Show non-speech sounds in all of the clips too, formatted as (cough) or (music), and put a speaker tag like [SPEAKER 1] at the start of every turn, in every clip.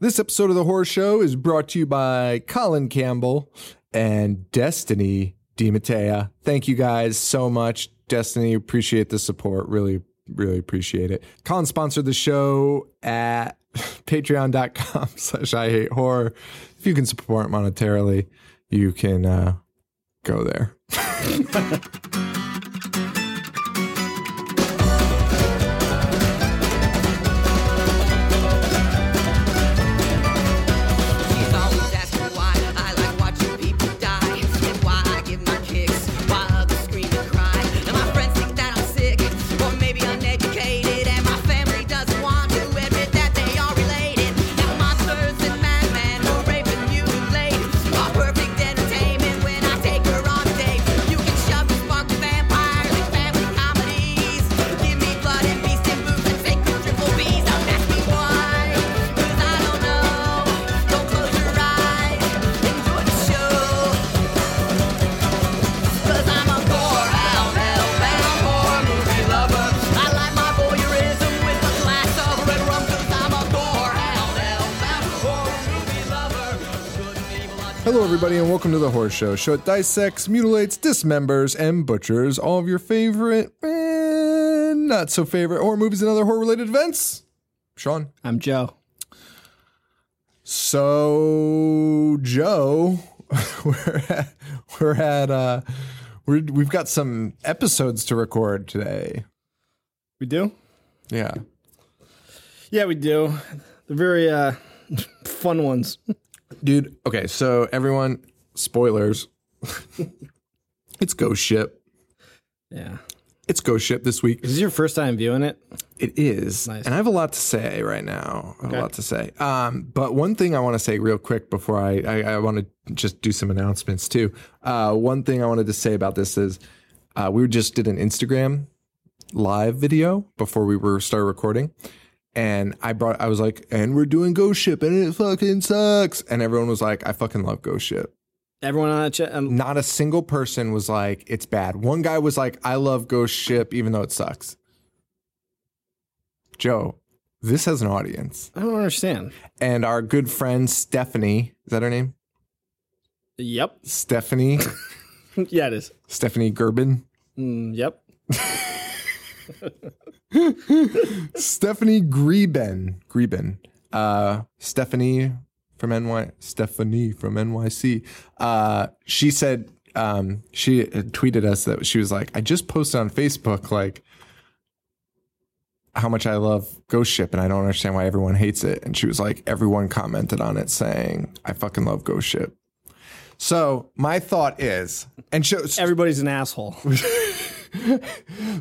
[SPEAKER 1] This episode of The Horror Show is brought to you by Colin Campbell and Destiny DiMattea. Thank you guys so much. Destiny, appreciate the support. Really, really appreciate it. Colin sponsored the show at (laughs) patreon.com (laughs) slash I hate horror. If you can support monetarily, you can uh, go there.
[SPEAKER 2] She's always asking why I like watching people die, and why I give my kicks, why others scream and cry. And my friends think that I'm sick, or maybe uneducated, and my family doesn't want to admit that they are related. Now monsters and madmen who rape and mutilate are perfect entertainment when I take her on a date. You can shove and spark the vampires and family comedies. Give me blood and beast and boobs and take me triple B's. Don't ask me why, 'cause I don't know. Don't close your eyes, enjoy the show. Cause I'm a core out, hellbound horror movie lover. I like my voyeurism with a glass of red rum. Cause I'm a core out, hellbound horror movie lover. Good and evil, I
[SPEAKER 1] Hello, everybody, and welcome to the Horse Show. Show it dissects, mutilates, dismembers, and butchers all of your favorite and not so favorite horror movies and other horror related events. Sean.
[SPEAKER 3] I'm Joe.
[SPEAKER 1] So, Joe, (laughs) we're at, we're at uh, we're, we've got some episodes to record today.
[SPEAKER 3] We do?
[SPEAKER 1] Yeah.
[SPEAKER 3] Yeah, we do. They're very uh, (laughs) fun ones.
[SPEAKER 1] Dude, okay, so everyone, spoilers. (laughs) it's Ghost Ship.
[SPEAKER 3] Yeah.
[SPEAKER 1] It's Ghost Ship this week.
[SPEAKER 3] Is this your first time viewing it?
[SPEAKER 1] It is.
[SPEAKER 3] Nice.
[SPEAKER 1] And I have a lot to say right now. I have
[SPEAKER 3] Okay.
[SPEAKER 1] a lot to say. Um, but one thing I want to say real quick before I, I, I want to just do some announcements too. Uh, one thing I wanted to say about this is uh, we just did an Instagram live video before we were started recording. And I brought, I was like, and we're doing Ghost Ship and it fucking sucks. And everyone was like, I fucking love Ghost Ship.
[SPEAKER 3] Everyone on that chat? Um,
[SPEAKER 1] Not a single person was like, it's bad. One guy was like, I love Ghost Ship even though it sucks. Joe, this has an audience.
[SPEAKER 3] I don't understand.
[SPEAKER 1] And our good friend Stephanie, is that her name?
[SPEAKER 3] Yep.
[SPEAKER 1] Stephanie,
[SPEAKER 3] (laughs) yeah, it is.
[SPEAKER 1] Stephanie Gerben.
[SPEAKER 3] Mm, yep.
[SPEAKER 1] Stephanie Greben. Greben. Uh, Stephanie from NY. Stephanie from NYC. Uh, she said um, she had tweeted us that she was like, I just posted on Facebook like how much I love Ghost Ship and I don't understand why everyone hates it. And she was like, everyone commented on it saying, I fucking love Ghost Ship. So my thought is, and she,
[SPEAKER 3] Everybody's
[SPEAKER 1] (laughs)
[SPEAKER 3] an asshole.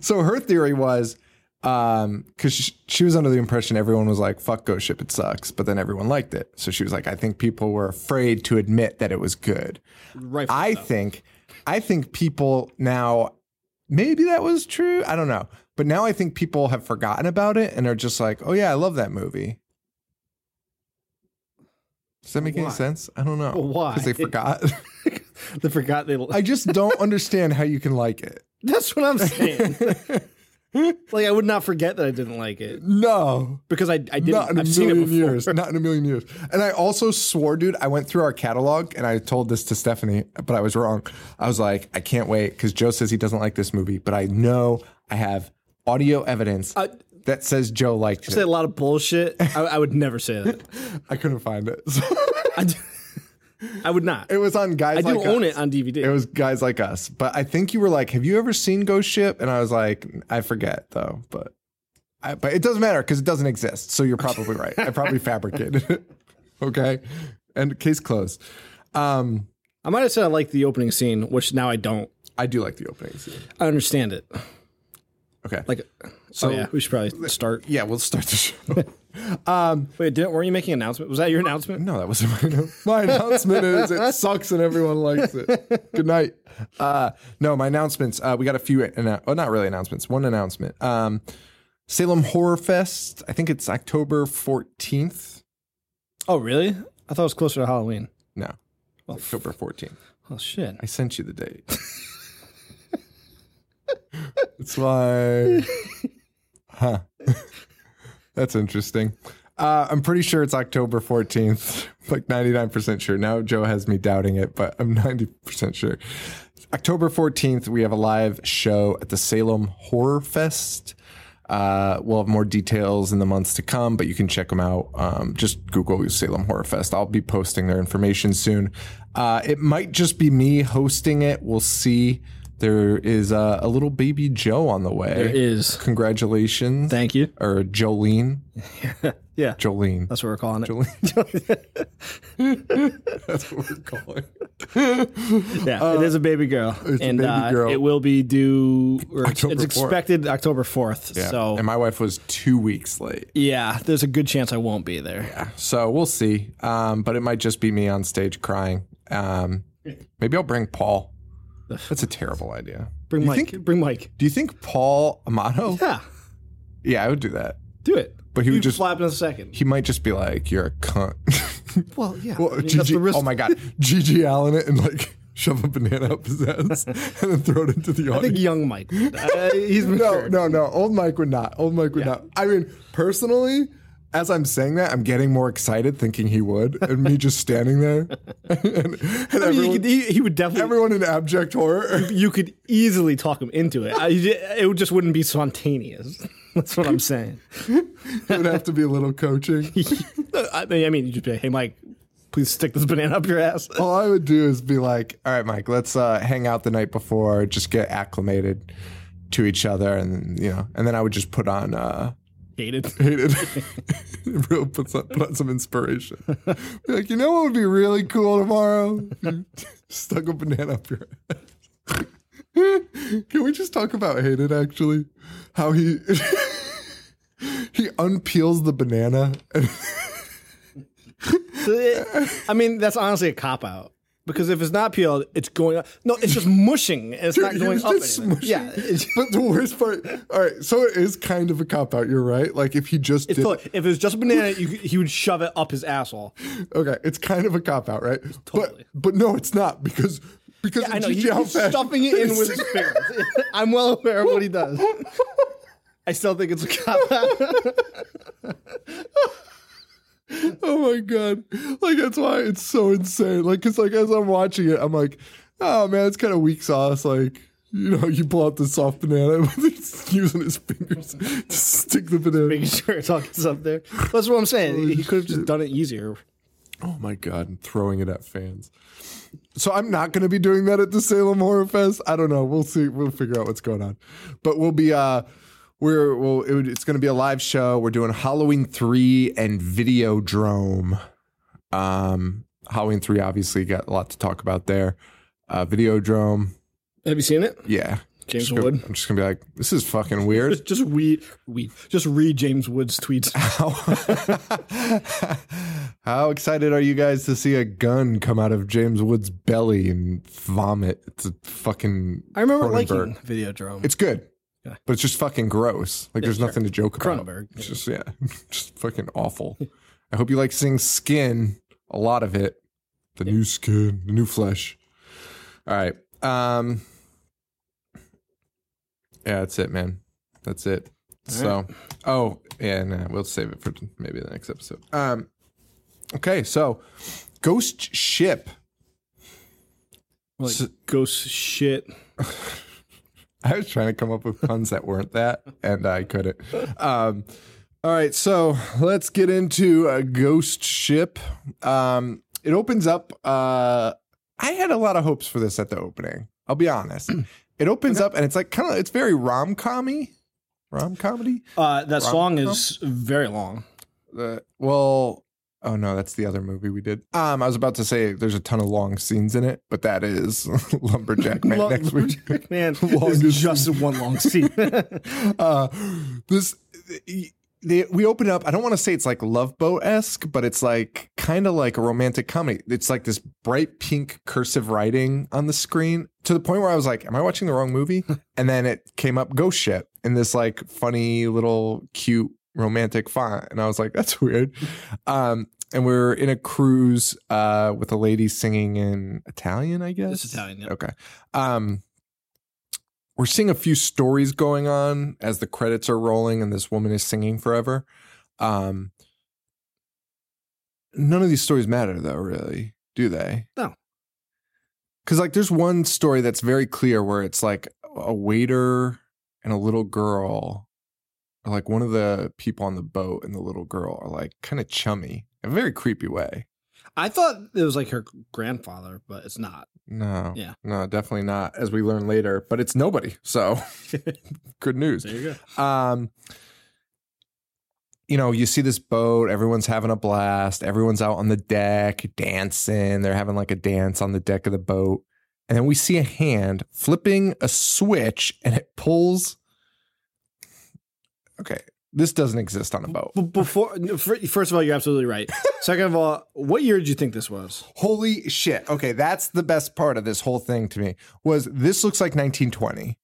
[SPEAKER 1] so her theory was um because she, she was under the impression everyone was like fuck ghost ship it sucks but then everyone liked it so she was like i think people were afraid to admit that it was good
[SPEAKER 3] Right.
[SPEAKER 1] i think i think people now maybe that was true i don't know but now i think people have forgotten about it and are just like oh yeah i love that movie does that make
[SPEAKER 3] Why?
[SPEAKER 1] any sense i don't know
[SPEAKER 3] Well, why?
[SPEAKER 1] because they forgot
[SPEAKER 3] (laughs)
[SPEAKER 1] (laughs)
[SPEAKER 3] they forgot they.
[SPEAKER 1] i just don't understand how you can like it
[SPEAKER 3] (laughs) That's what
[SPEAKER 1] (laughs)
[SPEAKER 3] I'm saying. like, I would not forget that I didn't like it
[SPEAKER 1] no
[SPEAKER 3] because I, I didn't.
[SPEAKER 1] Not in a
[SPEAKER 3] I've seen it
[SPEAKER 1] million
[SPEAKER 3] before.
[SPEAKER 1] years. Not in a million years. And I also swore, dude, I went through our catalog and I told this to Stephanie, but I was wrong. I was like, I can't wait because Joe says he doesn't like this movie, but I know I have audio evidence
[SPEAKER 3] I
[SPEAKER 1] that says Joe liked
[SPEAKER 3] say a
[SPEAKER 1] it.
[SPEAKER 3] lot of bullshit. I, I would never say that.
[SPEAKER 1] I couldn't find it. (laughs)
[SPEAKER 3] I, d- I would not.
[SPEAKER 1] it was on Guys
[SPEAKER 3] I do
[SPEAKER 1] Like
[SPEAKER 3] own
[SPEAKER 1] Us.
[SPEAKER 3] it on DVD.
[SPEAKER 1] It was Guys Like Us. But I think you were like, Have you ever seen Ghost Ship? And I was like, I forget though, but. I, but it doesn't matter because it doesn't exist. So you're
[SPEAKER 3] (laughs)
[SPEAKER 1] probably right. I probably fabricated it. (laughs) Okay. And case closed. Um,
[SPEAKER 3] I might have said I liked the opening scene, which now I don't.
[SPEAKER 1] I do like the opening scene.
[SPEAKER 3] I understand it.
[SPEAKER 1] Okay.
[SPEAKER 3] Like, so
[SPEAKER 1] Oh,
[SPEAKER 3] yeah, we should probably start.
[SPEAKER 1] yeah, we'll start the show.
[SPEAKER 3] Wait, didn't weren't you making an announcement? Was that your
[SPEAKER 1] (laughs)
[SPEAKER 3] announcement?
[SPEAKER 1] No, that wasn't my announcement. (laughs) My announcement is it sucks and everyone likes it. Good night. Uh, no, my announcements. Uh, we got a few. Annou- oh, not really announcements. One announcement. Um, Salem Horror Fest. I think it's October fourteenth.
[SPEAKER 3] Oh, really? I thought it was closer to Halloween.
[SPEAKER 1] No, October fourteenth.
[SPEAKER 3] Oh shit!
[SPEAKER 1] I sent you the (laughs) date. That's why. Huh. That's interesting. Uh, I'm pretty sure it's October 14th, (laughs) like 99% sure. Now Joe has me doubting it, but I'm (laughs) 90% sure. October 14th, we have a live show at the Salem Horror Fest. Uh, we'll have more details in the months to come, but you can check them out. Um, just Google Salem Horror Fest. I'll be posting their information soon. Uh, it might just be me hosting it. We'll see. There is uh, a little baby Joe on the way.
[SPEAKER 3] There is.
[SPEAKER 1] Congratulations
[SPEAKER 3] Thank you.
[SPEAKER 1] or Jolene.
[SPEAKER 3] Yeah.
[SPEAKER 1] Jolene.
[SPEAKER 3] That's what we're calling it.
[SPEAKER 1] That's what we're calling.
[SPEAKER 3] (laughs) Yeah, it is a baby girl,
[SPEAKER 1] Uh, a
[SPEAKER 3] and
[SPEAKER 1] baby
[SPEAKER 3] uh,
[SPEAKER 1] girl.
[SPEAKER 3] it will be due. Or
[SPEAKER 1] October
[SPEAKER 3] it's
[SPEAKER 1] 4th.
[SPEAKER 3] expected October fourth.
[SPEAKER 1] Yeah.
[SPEAKER 3] So
[SPEAKER 1] and my wife was two weeks late,
[SPEAKER 3] yeah, there's a good chance I won't be there.
[SPEAKER 1] so we'll see. Um, but it might just be me on stage crying. Um, maybe I'll bring Paul. That's a terrible idea.
[SPEAKER 3] Bring
[SPEAKER 1] You
[SPEAKER 3] Mike.
[SPEAKER 1] think-
[SPEAKER 3] bring Mike.
[SPEAKER 1] Do you think Paul Amato?
[SPEAKER 3] Yeah,
[SPEAKER 1] Yeah, I would do that.
[SPEAKER 3] do it.
[SPEAKER 1] But he would
[SPEAKER 3] You'd
[SPEAKER 1] just-
[SPEAKER 3] flap in a second.
[SPEAKER 1] He might just be like, "You're a cunt." (laughs)
[SPEAKER 3] Well, yeah.
[SPEAKER 1] Well,
[SPEAKER 3] I mean, that's
[SPEAKER 1] Gigi,
[SPEAKER 3] the risk.
[SPEAKER 1] oh my god, Gigi Allen it and like shove a banana up his ass (laughs) and then throw it into the audience.
[SPEAKER 3] I think
[SPEAKER 1] (laughs)
[SPEAKER 3] young Mike. Uh, (laughs) he's
[SPEAKER 1] No,
[SPEAKER 3] matured.
[SPEAKER 1] no, no. Old Mike would not. Old Mike would not. I mean, personally, as I'm saying that, I'm getting more excited thinking he would, and me just standing there. and and
[SPEAKER 3] I mean,
[SPEAKER 1] everyone,
[SPEAKER 3] he, could, he, he would definitely.
[SPEAKER 1] everyone in abject horror. (laughs)
[SPEAKER 3] you could easily talk him into it. I, it would- just wouldn't be spontaneous. (laughs) That's what I'm saying.
[SPEAKER 1] it would have to be a little coaching.
[SPEAKER 3] I mean, I mean, you just be like, "Hey, Mike, please stick this banana up your ass." (laughs)
[SPEAKER 1] All I would do is be like, all right, Mike, let's uh, hang out the night before, just get acclimated to each other. And, you know, and then I would just put on, uh,
[SPEAKER 3] Hated.
[SPEAKER 1] hated. (laughs) Real put, some, put on some inspiration. Be like, you know what would be really cool tomorrow? (laughs) Stuck a banana up your ass. (laughs) Can we just talk about hated actually? How he (laughs) he unpeels the banana and
[SPEAKER 3] (laughs) I mean, that's honestly a cop out because if it's not peeled, it's going up. No, it's just mushing. and (laughs) It's not
[SPEAKER 1] He
[SPEAKER 3] going
[SPEAKER 1] was
[SPEAKER 3] up.
[SPEAKER 1] just
[SPEAKER 3] anything.
[SPEAKER 1] smushing.
[SPEAKER 3] Yeah, it's,
[SPEAKER 1] (laughs) but the worst part, all right, so it is kind of a cop out. You're right. Like if he just
[SPEAKER 3] it's
[SPEAKER 1] did,
[SPEAKER 3] totally- if it was just a banana, you, could- he would shove it up his asshole.
[SPEAKER 1] okay, it's kind of a cop out, right?
[SPEAKER 3] Totally.
[SPEAKER 1] But but no, it's not because because
[SPEAKER 3] I know
[SPEAKER 1] in
[SPEAKER 3] he-
[SPEAKER 1] GGL
[SPEAKER 3] he's
[SPEAKER 1] fashion-
[SPEAKER 3] stuffing it
[SPEAKER 1] (laughs)
[SPEAKER 3] in with his fingers. (laughs) I'm well aware of what he does. (laughs) I still think it's a cop out.
[SPEAKER 1] Oh my god! Like that's why it's so insane. Like, cause like as I'm watching it, I'm like, oh man, it's kind of weak sauce. Like, you know, you pull out the soft banana, (laughs) but he's using his fingers to stick the banana.
[SPEAKER 3] Making sure it's all gets up there. That's what I'm saying. He could have just done it easier.
[SPEAKER 1] Oh my god! And throwing it at fans. So I'm not going to be doing that at the Salem Horror Fest. I don't know. We'll see. We'll figure out what's going on. But we'll be. uh we're well. It, would- it's going to be a live show. We're doing Halloween three and Videodrome. Um, Halloween three obviously got a lot to talk about there. Uh, Videodrome,
[SPEAKER 3] Have you seen it?
[SPEAKER 1] yeah.
[SPEAKER 3] James
[SPEAKER 1] Just go-
[SPEAKER 3] Wood.
[SPEAKER 1] I'm just gonna be like, this is fucking weird.
[SPEAKER 3] Just, just read, read, just read James Wood's tweets.
[SPEAKER 1] How, (laughs) how excited are you guys to see a gun come out of James Wood's belly and vomit? It's a fucking.
[SPEAKER 3] I remember
[SPEAKER 1] Cronenberg.
[SPEAKER 3] liking Videodrome.
[SPEAKER 1] It's good,
[SPEAKER 3] Yeah.
[SPEAKER 1] but it's just fucking gross. Like, there's nothing to joke about.
[SPEAKER 3] Cronenberg.
[SPEAKER 1] It's just yeah, (laughs) just fucking awful. I hope you like seeing skin, a lot of it, the new skin, the new flesh. All right, um, yeah, that's it, man. That's it. so, oh, yeah, nah, we'll save it for maybe the next episode. Um, okay, so Ghost Ship.
[SPEAKER 3] like ghost shit.
[SPEAKER 1] (laughs) I was trying to come up with puns that weren't that, and I couldn't. Um, all right, so let's get into a ghost ship. Um, it opens up. Uh, I had a lot of hopes for this at the opening. I'll be honest. It opens up, and it's like kind of. It's very rom commy, rom comedy.
[SPEAKER 3] Uh, that song is very long.
[SPEAKER 1] Uh, well, oh no, that's the other movie we did. Um, I was about to say there's a ton of long scenes in it, but that is (laughs) Lumberjack Man
[SPEAKER 3] Lo-
[SPEAKER 1] next week.
[SPEAKER 3] (laughs) Man,
[SPEAKER 1] Longest
[SPEAKER 3] it's just one long scene.
[SPEAKER 1] (laughs) uh, this they, we open up. I don't want to say it's like Love Boat esque, but it's like kind of like a romantic comedy. It's like this bright pink cursive writing on the screen to the point where I was like, "Am I watching the wrong movie?" And then it came up Ghost Ship in this like funny little cute romantic font, and I was like, "That's (laughs) weird." Um, and we are in a cruise uh, with a lady singing in Italian, I guess.
[SPEAKER 3] It's Italian, yeah.
[SPEAKER 1] Okay. Um, we're seeing a few stories going on as the credits are rolling and this woman is singing forever. Um, none of these stories matter though, really, do they?
[SPEAKER 3] No.
[SPEAKER 1] Cuz like there's one story that's very clear where it's like a waiter and a little girl or like one of the people on the boat and the little girl are like kind of chummy in a very creepy way.
[SPEAKER 3] I thought it was like her grandfather, but it's not.
[SPEAKER 1] No.
[SPEAKER 3] Yeah.
[SPEAKER 1] No, definitely not as we learn later, but it's nobody. So good news.
[SPEAKER 3] There you go.
[SPEAKER 1] um you know you see this boat everyone's having a blast everyone's out on the deck dancing they're having like a dance on the deck of the boat and then we see a hand flipping a switch and it pulls okay this doesn't exist on a boat
[SPEAKER 3] But before, no, fir- first of all, you're absolutely (laughs) right. Second of all, what year did you think this was?
[SPEAKER 1] holy shit okay that's the best part of this whole thing to me was this looks like 1920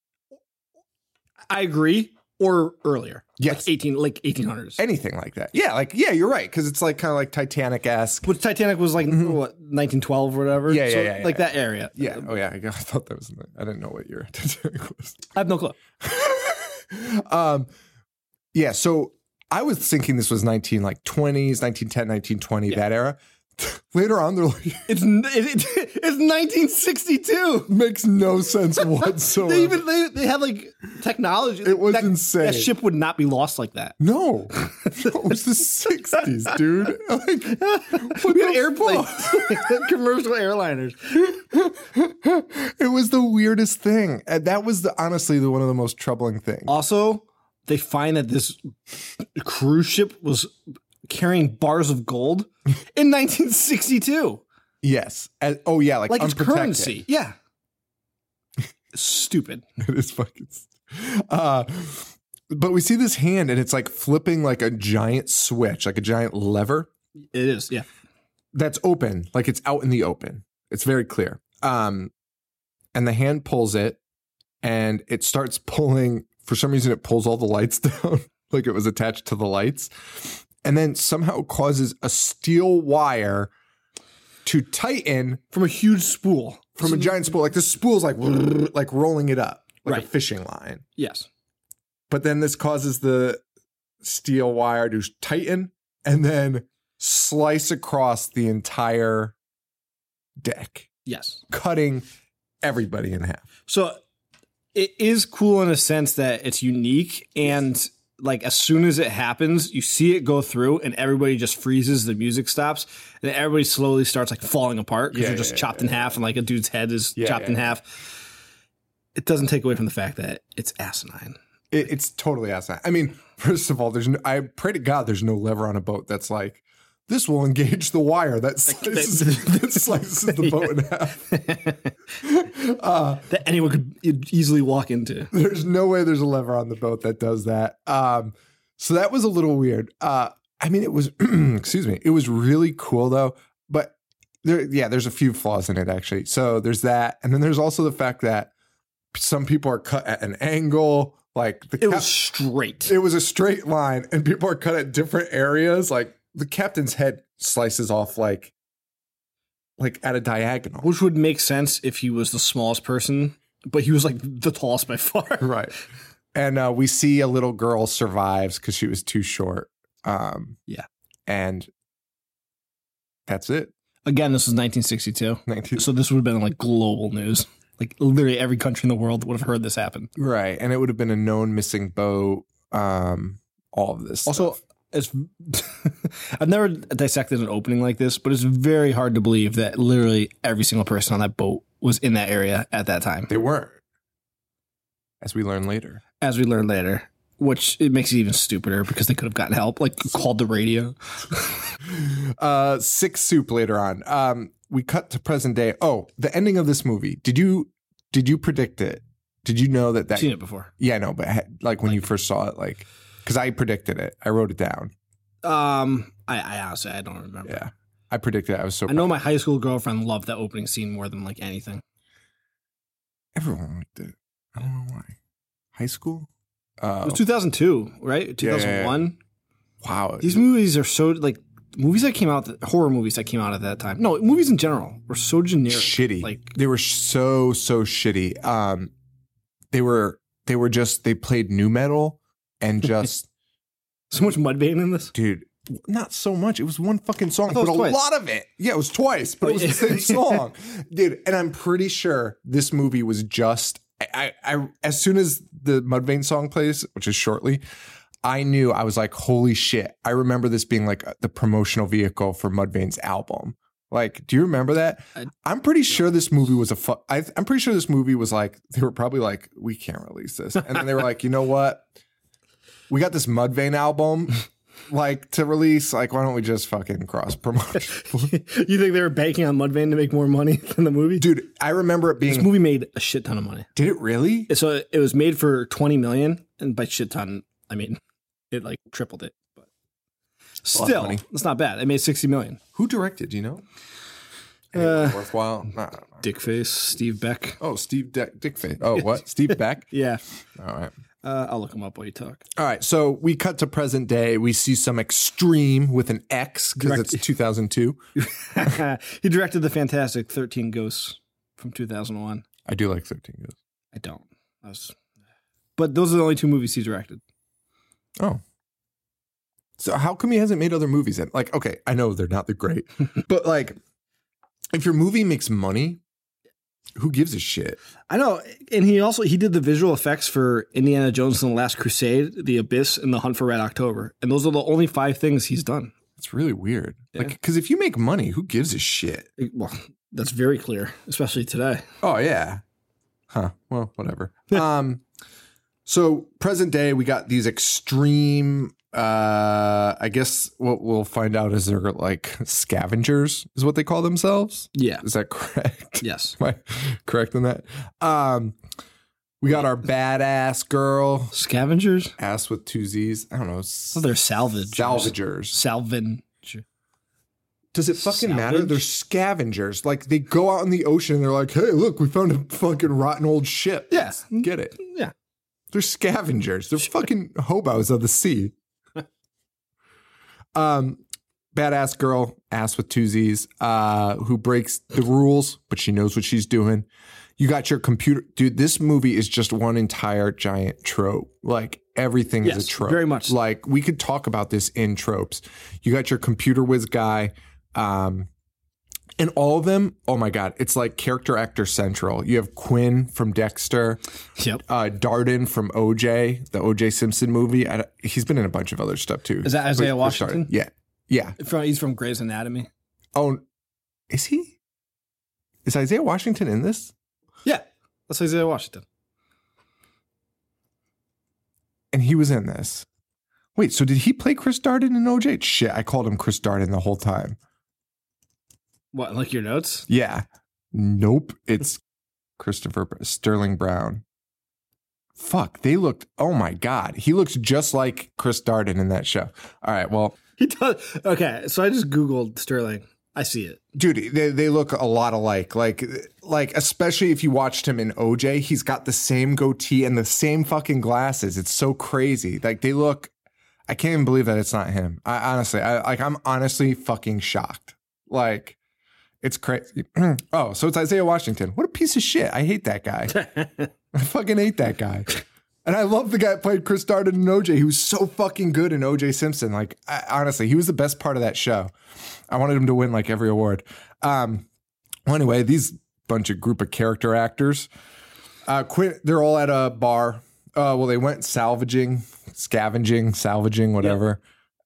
[SPEAKER 3] I agree, or earlier.
[SPEAKER 1] Yes.
[SPEAKER 3] like eighteen, like eighteen hundreds.
[SPEAKER 1] anything like that yeah like yeah you're right because it's like kind of like titanic-esque
[SPEAKER 3] But Titanic was like what nineteen twelve or whatever.
[SPEAKER 1] Mm-hmm. Yeah, yeah, yeah, yeah,
[SPEAKER 3] like that area.
[SPEAKER 1] yeah oh yeah (laughs) i thought that was i didn't know what (laughs) year titanic was
[SPEAKER 3] I have no clue.
[SPEAKER 1] um yeah so i was thinking this was 19 like 20s 1910 1920 that era (laughs) later on they're like (laughs)
[SPEAKER 3] It's n- (laughs) it, it, it's nineteen sixty two.
[SPEAKER 1] makes no sense whatsoever
[SPEAKER 3] (laughs) They even they, they had like technology.
[SPEAKER 1] It was
[SPEAKER 3] that,
[SPEAKER 1] insane.
[SPEAKER 3] That ship would not be lost
[SPEAKER 1] (laughs)
[SPEAKER 3] like that. (laughs)
[SPEAKER 1] no it was the 60s dude (laughs) like what
[SPEAKER 3] We had
[SPEAKER 1] the
[SPEAKER 3] airplanes, (laughs) commercial airliners.
[SPEAKER 1] fuck? (laughs) it was the weirdest thing and that was the honestly the one of the most troubling things
[SPEAKER 3] Uh, Also, they find that this cruise ship was carrying bars of gold in 1962,
[SPEAKER 1] yes And- oh yeah like,
[SPEAKER 3] like it's
[SPEAKER 1] unprotected.
[SPEAKER 3] currency. Yeah, (laughs) stupid.
[SPEAKER 1] (laughs) it is fucking. st- Uh, but we see this hand, and it's like flipping like a giant switch, like a giant lever
[SPEAKER 3] It is. Yeah,
[SPEAKER 1] that's open, like it's out in the open. It's very clear. Um, and the hand pulls it, and it starts pulling. For some reason, it pulls all the lights (laughs) down, like it was attached to the lights, and then somehow causes a steel wire to tighten
[SPEAKER 3] from a huge spool.
[SPEAKER 1] from a giant spool. Like the spool's like (laughs) like rolling it up like a
[SPEAKER 3] Right.
[SPEAKER 1] fishing line.
[SPEAKER 3] Yes.
[SPEAKER 1] but then this causes the steel wire to tighten and then slice across the entire deck,
[SPEAKER 3] Yes.
[SPEAKER 1] cutting everybody in half.
[SPEAKER 3] So it is cool in a sense that it's unique and like as soon as it happens, you see it go through and everybody just freezes, the music stops, and everybody slowly starts like falling apart because
[SPEAKER 1] Yeah,
[SPEAKER 3] you're
[SPEAKER 1] yeah,
[SPEAKER 3] just
[SPEAKER 1] yeah,
[SPEAKER 3] chopped in half and like a dude's head is
[SPEAKER 1] Yeah,
[SPEAKER 3] chopped
[SPEAKER 1] yeah,
[SPEAKER 3] in
[SPEAKER 1] yeah.
[SPEAKER 3] half. It doesn't take away from the fact that it's asinine.
[SPEAKER 1] It, it's totally asinine. I mean, first of all, there's no, I pray to God there's no lever on a boat that's like this will engage the wire that slices, that slices the boat (laughs) in half.
[SPEAKER 3] That anyone could e-, easily walk into.
[SPEAKER 1] There's no way there's a lever on the boat that does that. Um, so that was a little weird. Uh, I mean, it was (clears throat) excuse me, it was really cool though. But there, yeah, there's a few flaws in it actually. So there's that, and then there's also the fact that some people are cut at an angle. Like the
[SPEAKER 3] It
[SPEAKER 1] cap-
[SPEAKER 3] was straight.
[SPEAKER 1] it was a straight line, and people are cut at different areas. Like the captain's head slices off like like at a diagonal.
[SPEAKER 3] Which would make sense if he was the smallest person, but he was like the tallest by far.
[SPEAKER 1] Right. And uh, we see a little girl survives because she was too short. Um,
[SPEAKER 3] Yeah.
[SPEAKER 1] And that's it. (laughs)
[SPEAKER 3] Again, this was 1962.
[SPEAKER 1] 19,
[SPEAKER 3] So this would have been like global news. Like literally every country in the world would have heard this happen.
[SPEAKER 1] right. And it would have been a known missing boat. Um, all of this.
[SPEAKER 3] Also,
[SPEAKER 1] stuff.
[SPEAKER 3] it's (laughs) I've never dissected an opening like this, but it's very hard to believe that literally every single person on that boat was in that area at that time,
[SPEAKER 1] they weren't, as we learn
[SPEAKER 3] (laughs)
[SPEAKER 1] later.
[SPEAKER 3] as we learn later. Which it makes it even stupider because they could have gotten help, like called the radio.
[SPEAKER 1] uh, six soup later on. Um, we cut to present day. Oh, the ending of this movie. Did you did you predict it? Did you know that that?
[SPEAKER 3] Seen it before.
[SPEAKER 1] Yeah, no, but ha- like when you first saw it, like because I predicted it. I wrote it down.
[SPEAKER 3] Um, I, I honestly I don't remember.
[SPEAKER 1] Yeah, I predicted. it. I was so.
[SPEAKER 3] I know my high school girlfriend loved that opening scene more than like anything.
[SPEAKER 1] Everyone liked it. I don't know why. High school.
[SPEAKER 3] It
[SPEAKER 1] Uh,
[SPEAKER 3] was 2002, right? 2001.
[SPEAKER 1] wow.
[SPEAKER 3] These movies are so like movies that came out that, horror movies that came out at that time. No, movies in general were so generic.
[SPEAKER 1] shitty.
[SPEAKER 3] Like
[SPEAKER 1] they were so so shitty. Um, they were they
[SPEAKER 3] (laughs)
[SPEAKER 1] were just they played new metal and just
[SPEAKER 3] so much mudvayne in this. (laughs)
[SPEAKER 1] dude not so much. It was one fucking song,
[SPEAKER 3] thought it
[SPEAKER 1] but a
[SPEAKER 3] was twice.
[SPEAKER 1] lot of it. Yeah, it was twice, but it was the same song, dude. And I'm pretty sure this movie was just. I, I, I as soon as the Mudvayne song plays, which is shortly, I knew I was like, holy shit! I remember this being like the promotional vehicle for Mudvayne's album. Like, do you remember that? I'm pretty sure this movie was a fu- I, I'm pretty sure this movie was like they were probably like we can't release this, and then they were like, you know what? We got this Mudvayne album, like to release. Like, why don't we just fucking cross promote?
[SPEAKER 3] you think they were banking on Mudvayne to make more money (laughs) than the movie?
[SPEAKER 1] Dude, I remember it
[SPEAKER 3] This
[SPEAKER 1] being.
[SPEAKER 3] movie made a shit ton of money.
[SPEAKER 1] Did it really?
[SPEAKER 3] So it was made for 20 million, and by shit ton, I mean it like tripled it. But
[SPEAKER 1] lot of
[SPEAKER 3] still,
[SPEAKER 1] money.
[SPEAKER 3] it's not bad. It made 60 million.
[SPEAKER 1] Who directed? Do you know?
[SPEAKER 3] Uh,
[SPEAKER 1] worthwhile. Nah, nah, nah.
[SPEAKER 3] Dickface, Steve Beck.
[SPEAKER 1] Oh, Steve De- Dickface. Oh, (laughs) what? Steve Beck.
[SPEAKER 3] Yeah,
[SPEAKER 1] All right.
[SPEAKER 3] uh, I'll look him up while you talk. (laughs)
[SPEAKER 1] All right, so we cut to present day. We see some extreme with an X because
[SPEAKER 3] Direct-
[SPEAKER 1] it's 2002.
[SPEAKER 3] he directed the fantastic 13 Ghosts from 2001.
[SPEAKER 1] I do like 13 Ghosts.
[SPEAKER 3] I don't. I was, but those are the only two movies he directed.
[SPEAKER 1] Oh. So how come he hasn't made other movies? Then? Like, okay, I know they're not the great, (laughs) but like, if your movie makes money, who gives a shit?
[SPEAKER 3] I know, and he also he did the visual effects for Indiana Jones and the Last Crusade, The Abyss, and The Hunt for Red October, and those are the only five things he's done.
[SPEAKER 1] It's really weird.
[SPEAKER 3] Yeah.
[SPEAKER 1] Like, because if you make money, who gives a shit?
[SPEAKER 3] It- well, that's very clear, especially today.
[SPEAKER 1] Oh yeah. Huh. Well,
[SPEAKER 3] (laughs)
[SPEAKER 1] whatever. um so present day we got these extreme uh I guess what we'll find out is they're like scavengers is what they call themselves.
[SPEAKER 3] Yeah.
[SPEAKER 1] Is that (laughs) correct?
[SPEAKER 3] Yes.
[SPEAKER 1] Am I correct in that? Um we got our badass girl
[SPEAKER 3] Scavengers.
[SPEAKER 1] ass with two Z's. I don't know.
[SPEAKER 3] So they're salvage.
[SPEAKER 1] salvagers.
[SPEAKER 3] Salvin.
[SPEAKER 1] Does it fucking matter?
[SPEAKER 3] Salvage?
[SPEAKER 1] They're scavengers. Like they go out in the ocean and they're like, "Hey, look, we found a fucking rotten old ship."
[SPEAKER 3] Yeah.
[SPEAKER 1] Get it.
[SPEAKER 3] Yeah.
[SPEAKER 1] They're scavengers. They're fucking hobos of the
[SPEAKER 3] (laughs)
[SPEAKER 1] sea. Um, badass girl, ass with two Z's, uh, who breaks the rules, but she knows what she's doing. You got your computer, dude. This movie is just one entire giant trope. Like everything is
[SPEAKER 3] Yes,
[SPEAKER 1] a trope.
[SPEAKER 3] very much so.
[SPEAKER 1] Like we could talk about this in tropes. You got your computer whiz guy, um, and all of them. Oh my god, it's like character actor central. You have Quinn from Dexter
[SPEAKER 3] Yep.
[SPEAKER 1] uh, Darden from OJ, the OJ Simpson movie. I, don't- he's been in a bunch of other stuff too.
[SPEAKER 3] Is that Isaiah
[SPEAKER 1] Wait, for
[SPEAKER 3] Washington?
[SPEAKER 1] Darden. Yeah, yeah.
[SPEAKER 3] From, he's from Grey's Anatomy.
[SPEAKER 1] Oh, is he? Is Isaiah Washington in this?
[SPEAKER 3] Yeah. That's Isaiah Washington.
[SPEAKER 1] And he was in this. Wait, so did he play Chris Darden in OJ? Shit, I called him Chris Darden the whole time.
[SPEAKER 3] What? Like your notes?
[SPEAKER 1] Yeah. Nope. It's Christopher Br- Sterling Brown. Fuck, they looked. Oh my God. He looks just like Chris Darden in that show. All right, well,
[SPEAKER 3] He does. Okay. So I just googled Sterling. I see it.
[SPEAKER 1] dude they, they look a lot alike like like especially if you watched him in oj he's got the same goatee and the same fucking glasses it's so crazy like they look i can't even believe that it's not him i honestly i like i'm honestly fucking shocked like it's crazy (clears throat) oh so it's isaiah washington what a piece of shit i hate that guy i fucking hate that guy and I love the guy that played Chris Darden in OJ. He was so fucking good in OJ Simpson. Like, I, honestly, he was the best part of that show. I wanted him to win like every award. Um, well, anyway, these bunch of group of character actors, uh, quit. They're all at a bar. Uh, well, they went salvaging, scavenging, salvaging, whatever.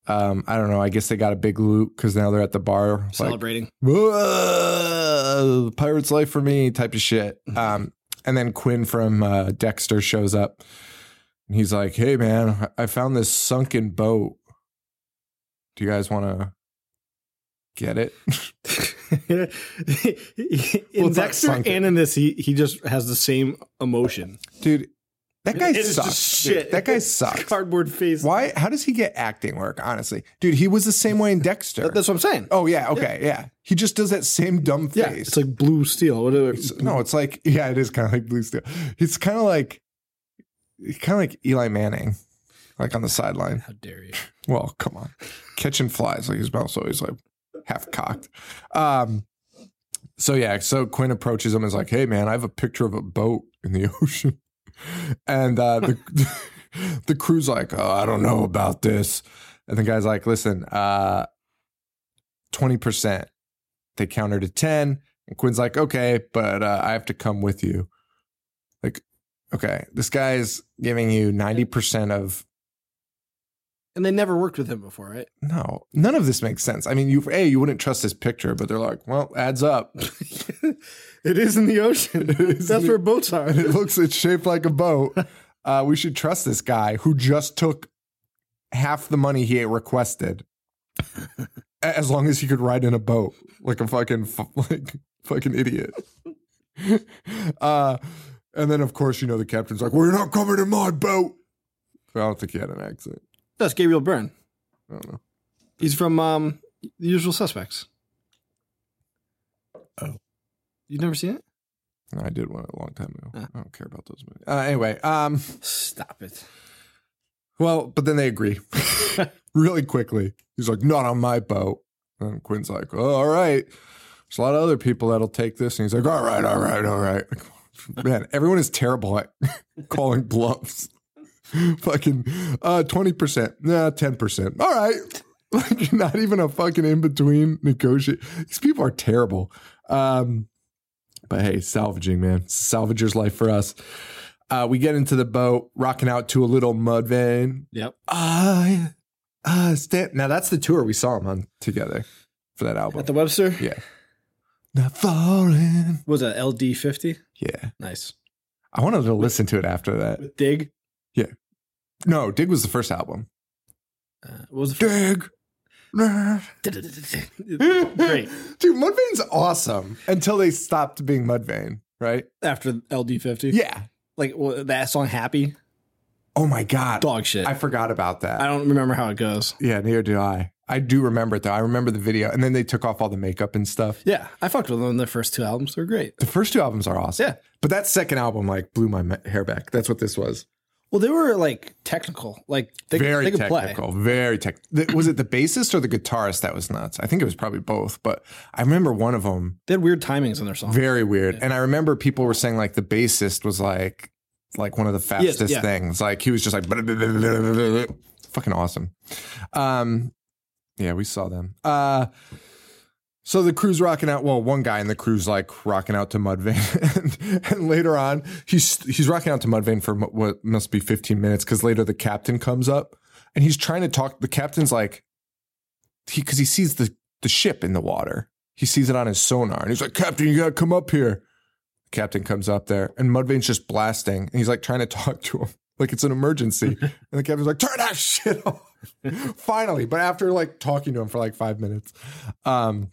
[SPEAKER 1] Um, I don't know. I guess they got a big loot because now they're at the bar, like,
[SPEAKER 3] Celebrating.
[SPEAKER 1] "Whoa, pirate's life for me type of shit.
[SPEAKER 3] Mm-hmm.
[SPEAKER 1] Um, and then Quinn from uh, Dexter shows up and he's like, Hey man, I found this sunken boat. Do you guys want to get it? (laughs)
[SPEAKER 3] (laughs) in
[SPEAKER 1] not
[SPEAKER 3] Dexter
[SPEAKER 1] sunk it.
[SPEAKER 3] and in this, he, he just has the same emotion.
[SPEAKER 1] Dude, that guy
[SPEAKER 3] It is
[SPEAKER 1] sucks.
[SPEAKER 3] just
[SPEAKER 1] dude.
[SPEAKER 3] shit.
[SPEAKER 1] That
[SPEAKER 3] (laughs)
[SPEAKER 1] guy sucks.
[SPEAKER 3] Cardboard face.
[SPEAKER 1] Why? How does he get acting work? Honestly, dude, he was the same
[SPEAKER 3] (laughs)
[SPEAKER 1] way in Dexter.
[SPEAKER 3] That's what I'm saying.
[SPEAKER 1] oh yeah, okay, yeah. He just does that same dumb face.
[SPEAKER 3] yeah. It's like blue steel. What are-
[SPEAKER 1] It's- no, it's like (laughs) yeah, it is kind of like blue steel. It's kind of like, kind of like Eli Manning, like on the sideline.
[SPEAKER 3] How dare you?
[SPEAKER 1] Well, come on, catching flies like his mouth's always like half cocked. Um, so yeah, so Quinn approaches him and is like, "Hey man, I have a picture of a boat in the (laughs) ocean," (laughs) and uh, the the crew's like, "Oh, I don't know about this." And the guy's like, listen, uh, 20%. They counter to 10. And Quinn's like, okay, but uh, I have to come with you. Like, okay, this guy's giving you 90% of
[SPEAKER 4] And they never worked with him before, right?
[SPEAKER 1] no, none of this makes sense. I mean, you a you wouldn't trust his picture, but they're like, well, adds up.
[SPEAKER 4] (laughs) it is in the ocean.
[SPEAKER 1] (laughs) is in
[SPEAKER 4] That's
[SPEAKER 1] the-
[SPEAKER 4] where boats are.
[SPEAKER 1] (laughs) And it looks it's shaped like
[SPEAKER 4] (laughs)
[SPEAKER 1] a boat. Uh, we should trust this guy who just took half the money he requested, A- as long as he could ride in a boat like a fucking f- (laughs) like fucking idiot. (laughs) Uh, and then of course you know the captain's like, "Well, you're not coming in my boat." I don't think he had an accent.
[SPEAKER 3] That's Gabriel Byrne.
[SPEAKER 1] I don't know.
[SPEAKER 3] He's from um, The Usual Suspects.
[SPEAKER 1] Oh.
[SPEAKER 3] You've never seen it?
[SPEAKER 1] No, I did one a long time ago.
[SPEAKER 3] Ah.
[SPEAKER 1] I don't care about those movies. Uh, anyway, um.
[SPEAKER 3] Stop it.
[SPEAKER 1] Well, but then they agree really quickly. He's like, not on my boat. And Quinn's like, oh, all right. There's a lot of other people that'll take this. And he's like, all right, all right, all right. (laughs) Like, man, everyone is terrible at (laughs) calling bluffs. (laughs) fucking uh, 20%. Nah, 10%. All right. (laughs) Like, not even a fucking in between negotiate. These people are terrible. Um, but hey, salvaging, man. It's a salvager's life for us. Uh, we get into the boat, rocking out to a little mud vein.
[SPEAKER 3] Yep.
[SPEAKER 1] Ah, yeah. ah, Stan. Now that's the tour we saw him on together for that album.
[SPEAKER 3] At the Webster?
[SPEAKER 1] yeah, not falling.
[SPEAKER 3] Was it LD50?
[SPEAKER 1] Yeah,
[SPEAKER 3] Nice.
[SPEAKER 1] I wanted to listen to it after that.
[SPEAKER 3] With Dig?
[SPEAKER 1] No, Dig was the first album.
[SPEAKER 3] Uh, what was the
[SPEAKER 1] Dig.
[SPEAKER 3] (laughs) first? Great.
[SPEAKER 1] (laughs) Dude, Mudvayne's awesome until they stopped being Mudvayne, right?
[SPEAKER 3] After LD50?
[SPEAKER 1] Yeah.
[SPEAKER 3] Like well, that song Happy?
[SPEAKER 1] Oh my God.
[SPEAKER 3] Dog shit.
[SPEAKER 1] I
[SPEAKER 3] I,
[SPEAKER 1] forgot about that.
[SPEAKER 3] don't remember how it goes.
[SPEAKER 1] Yeah, neither do I. I do remember it though. I remember the video, and then they took off all the makeup and stuff.
[SPEAKER 3] Yeah. I fucked with them the first two albums. They're great.
[SPEAKER 1] The first two albums are awesome.
[SPEAKER 3] Yeah.
[SPEAKER 1] but that second album like blew my ma- hair back. That's what this was.
[SPEAKER 3] Well, they were like technical. Like they,
[SPEAKER 1] very
[SPEAKER 3] they could play.
[SPEAKER 1] technical. Very technical. Was it the bassist or the guitarist that was nuts? I think it was probably both, but I remember one of them
[SPEAKER 3] They had weird timings on their songs.
[SPEAKER 1] very weird. And I remember people were saying like the bassist was like like one of the fastest
[SPEAKER 3] yeah.
[SPEAKER 1] things. Like he was just like (laughs) fucking awesome. Um yeah, we saw them. Uh so the crew's rocking out. Well, one guy in the crew's like rocking out to Mudvayne, (laughs) and, and later on he's he's rocking out to Mudvayne for mu- what must be 15 minutes because later the captain comes up and he's trying to talk. The captain's like, he because he sees the the ship in the water. He sees it on his sonar, and he's like, "Captain, you gotta come up here." The captain comes up there, and Mudvayne's just blasting, and he's like trying to talk to him (laughs) like it's an emergency. and the captain's like, "Turn that shit (laughs) off." Finally, but after like talking to him for like five minutes, um,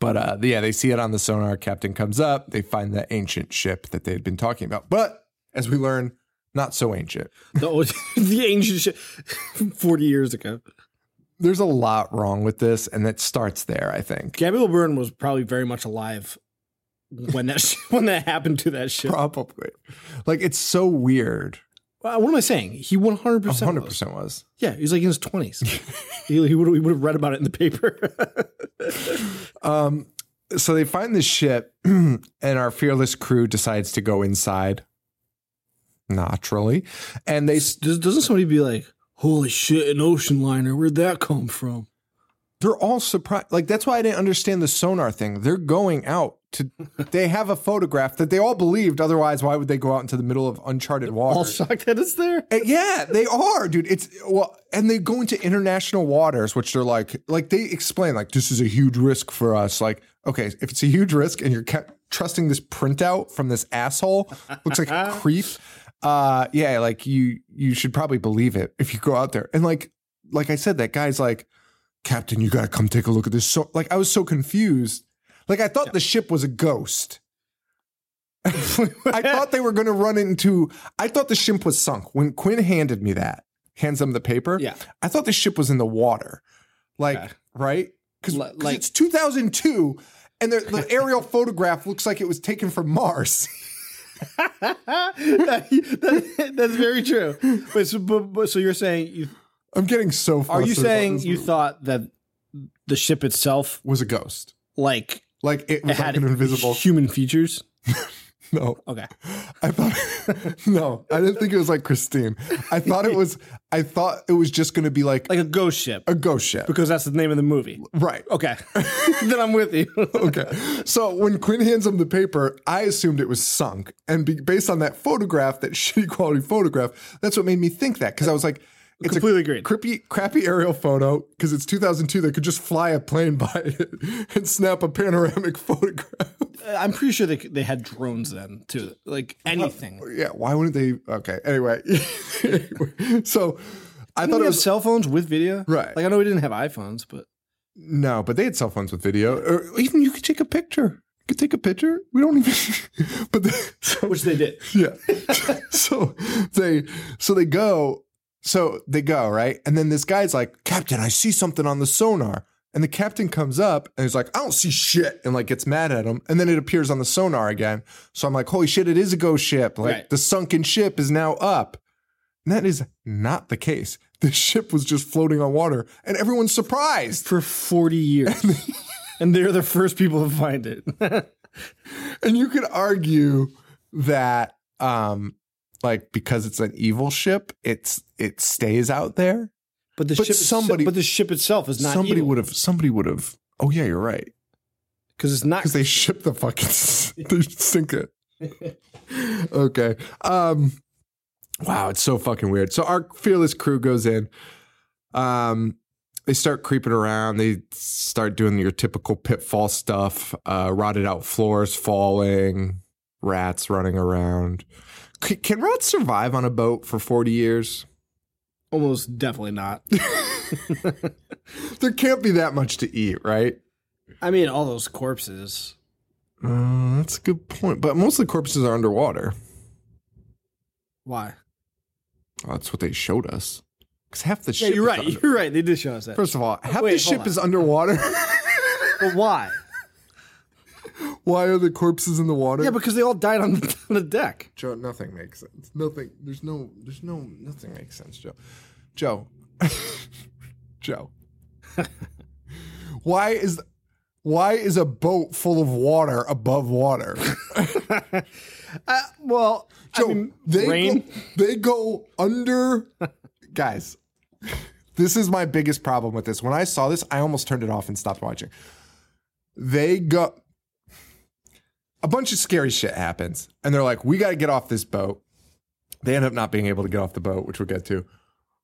[SPEAKER 1] but uh, yeah, they see it on the sonar. Captain comes up. They find the ancient ship that they had been talking about, but as we learn, not so ancient.
[SPEAKER 3] The, old, (laughs) the ancient shit. (laughs) 40 years ago.
[SPEAKER 1] There's a lot wrong with this, and it starts there. I think.
[SPEAKER 3] Gabriel Byrne was probably very much alive when that (laughs) sh- when that happened to that ship.
[SPEAKER 1] Probably. Like it's so weird.
[SPEAKER 3] Well, Uh, what am I saying? He one hundred percent.
[SPEAKER 1] hundred percent was.
[SPEAKER 3] Yeah, he was like in
[SPEAKER 1] (laughs)
[SPEAKER 3] his twenties. he he would he would have read about it in the paper. (laughs)
[SPEAKER 1] Um, so they find this ship, (clears throat) and our fearless crew decides to go inside. Naturally, and they
[SPEAKER 4] Does, doesn't somebody be like, holy shit, an ocean liner? Where'd that come from?
[SPEAKER 1] they're all surprised. Like that's why I didn't understand the sonar thing. They're going out to. They have a photograph that they all believed. Otherwise, why would they go out into the middle of uncharted water?
[SPEAKER 3] All shocked that it's there.
[SPEAKER 1] Uh, Yeah, they are, dude. It's well, and they go into international waters, which they're like, like they explain, like this is a huge risk for us. Like, okay, if it's a huge risk, and you're ca- trusting this printout from this asshole, looks like a creep. Uh, yeah, like you, you should probably believe it if you go out there. And like, like I said, that guy's like, Captain, you gotta come take a look at this. So, like, I was so confused. Like, I thought the ship was a ghost. (laughs) I thought they were going to run into. I thought the ship was sunk when Quinn handed me that. Hands them the paper.
[SPEAKER 3] Yeah.
[SPEAKER 1] I thought the ship was in the water, like
[SPEAKER 3] Okay.
[SPEAKER 1] right because
[SPEAKER 3] Li- like-
[SPEAKER 1] it's 2002 and the,
[SPEAKER 3] (laughs)
[SPEAKER 1] the aerial photograph looks like it was taken from Mars.
[SPEAKER 3] (laughs)
[SPEAKER 1] (laughs)
[SPEAKER 3] That- that- that's very true. Wait, so, but, but, so you're saying you
[SPEAKER 1] I'm getting so.
[SPEAKER 3] are
[SPEAKER 1] flustered
[SPEAKER 3] you
[SPEAKER 1] about
[SPEAKER 3] saying
[SPEAKER 1] this
[SPEAKER 3] you
[SPEAKER 1] movie.
[SPEAKER 3] thought that the ship itself
[SPEAKER 1] was a ghost?
[SPEAKER 3] like
[SPEAKER 1] Like it was
[SPEAKER 3] had (laughs)
[SPEAKER 1] like an invisible. (laughs)
[SPEAKER 3] human features?
[SPEAKER 1] No.
[SPEAKER 3] Okay.
[SPEAKER 1] I thought (laughs) no, I didn't think it was like Christine. I thought it was I thought it was just gonna be like,
[SPEAKER 3] Like a ghost ship.
[SPEAKER 1] a ghost ship.
[SPEAKER 3] Because that's the name of the movie.
[SPEAKER 1] Right.
[SPEAKER 3] Okay. (laughs) then I'm with you.
[SPEAKER 1] Okay. So when Quinn hands him the paper, I assumed it was sunk. And be, based on that photograph, that (laughs) shitty quality photograph, that's what made me think that. Because I was like, it's
[SPEAKER 3] Completely
[SPEAKER 1] a
[SPEAKER 3] agreed.
[SPEAKER 1] Crappy, crappy aerial photo because it's 2002. They could just fly a plane by (laughs) it and snap a panoramic (laughs) photograph.
[SPEAKER 3] (laughs) I'm pretty sure they, they had drones then, too. Like anything.
[SPEAKER 1] Yeah. Why wouldn't they? Okay. Anyway. (laughs) so I
[SPEAKER 3] I
[SPEAKER 1] thought it
[SPEAKER 3] we have
[SPEAKER 1] was
[SPEAKER 3] cell phones with video.
[SPEAKER 1] Right.
[SPEAKER 3] Like I know we didn't have iPhones, but
[SPEAKER 1] no, but they had cell phones with video, or even you could take a picture. You could take a picture. We don't even. (laughs) but the, so-
[SPEAKER 3] (laughs) which they did.
[SPEAKER 1] yeah. (laughs) so they so they go so they go right, and then this guy's like, "Captain, I see something on the sonar." And the captain comes up and he's like, "I don't see shit," and like gets mad at him. And then it appears on the sonar again. So I'm like, "Holy shit! It is a ghost ship! Like
[SPEAKER 3] Right.
[SPEAKER 1] the sunken ship is now up." And that is not the case. This ship was just floating on water, and everyone's surprised.
[SPEAKER 3] For 40 years. (laughs) and they're the first people to find (laughs) it.
[SPEAKER 1] And you could argue that, um, like because it's an evil ship, it's it stays out there.
[SPEAKER 3] But the
[SPEAKER 1] But
[SPEAKER 3] ship, somebody,
[SPEAKER 1] somebody-
[SPEAKER 3] but the ship itself is not
[SPEAKER 1] somebody would have. Somebody would have. Oh yeah, you're right.
[SPEAKER 3] because it's not.
[SPEAKER 1] Because they ship the fucking. (laughs) they sink it. okay. Um. Wow, it's so fucking weird. So our fearless crew goes in. Um. They start creeping around. They start doing your typical pitfall stuff. Uh, rotted out floors falling. Rats running around. C- can rats survive on a boat for forty years?
[SPEAKER 3] almost definitely (laughs) not.
[SPEAKER 1] There can't be that much to eat, right?
[SPEAKER 3] I mean, all those corpses.
[SPEAKER 1] Uh, that's a good point. But most of the corpses are underwater.
[SPEAKER 3] Why?
[SPEAKER 1] Well, that's what they showed us. Because half the
[SPEAKER 3] Yeah,
[SPEAKER 1] ship.
[SPEAKER 3] you're
[SPEAKER 1] is
[SPEAKER 3] right.
[SPEAKER 1] under-
[SPEAKER 3] You're right. They did show us that.
[SPEAKER 1] First of
[SPEAKER 3] (laughs)
[SPEAKER 1] all, half the
[SPEAKER 3] Wait, hold
[SPEAKER 1] ship
[SPEAKER 3] on.
[SPEAKER 1] is underwater. (laughs)
[SPEAKER 3] But why?
[SPEAKER 1] Why are the corpses in the water?
[SPEAKER 3] (laughs) Yeah, because they all died on the, on the deck.
[SPEAKER 1] Joe, nothing makes sense. Nothing. There's no. There's no. Nothing makes sense, Joe. Joe. (laughs)
[SPEAKER 3] (laughs)
[SPEAKER 1] Joe. why is why is a boat full of water above water?
[SPEAKER 3] Uh, Well,
[SPEAKER 1] Joe, they
[SPEAKER 3] rain?
[SPEAKER 1] Go, they go under. Guys, this is my biggest problem with this. When I saw this, I almost turned it off and stopped watching. They go. A bunch of scary shit happens, and they're like, "We got to get off this boat." They end up not being able to get off the boat, which we'll get to.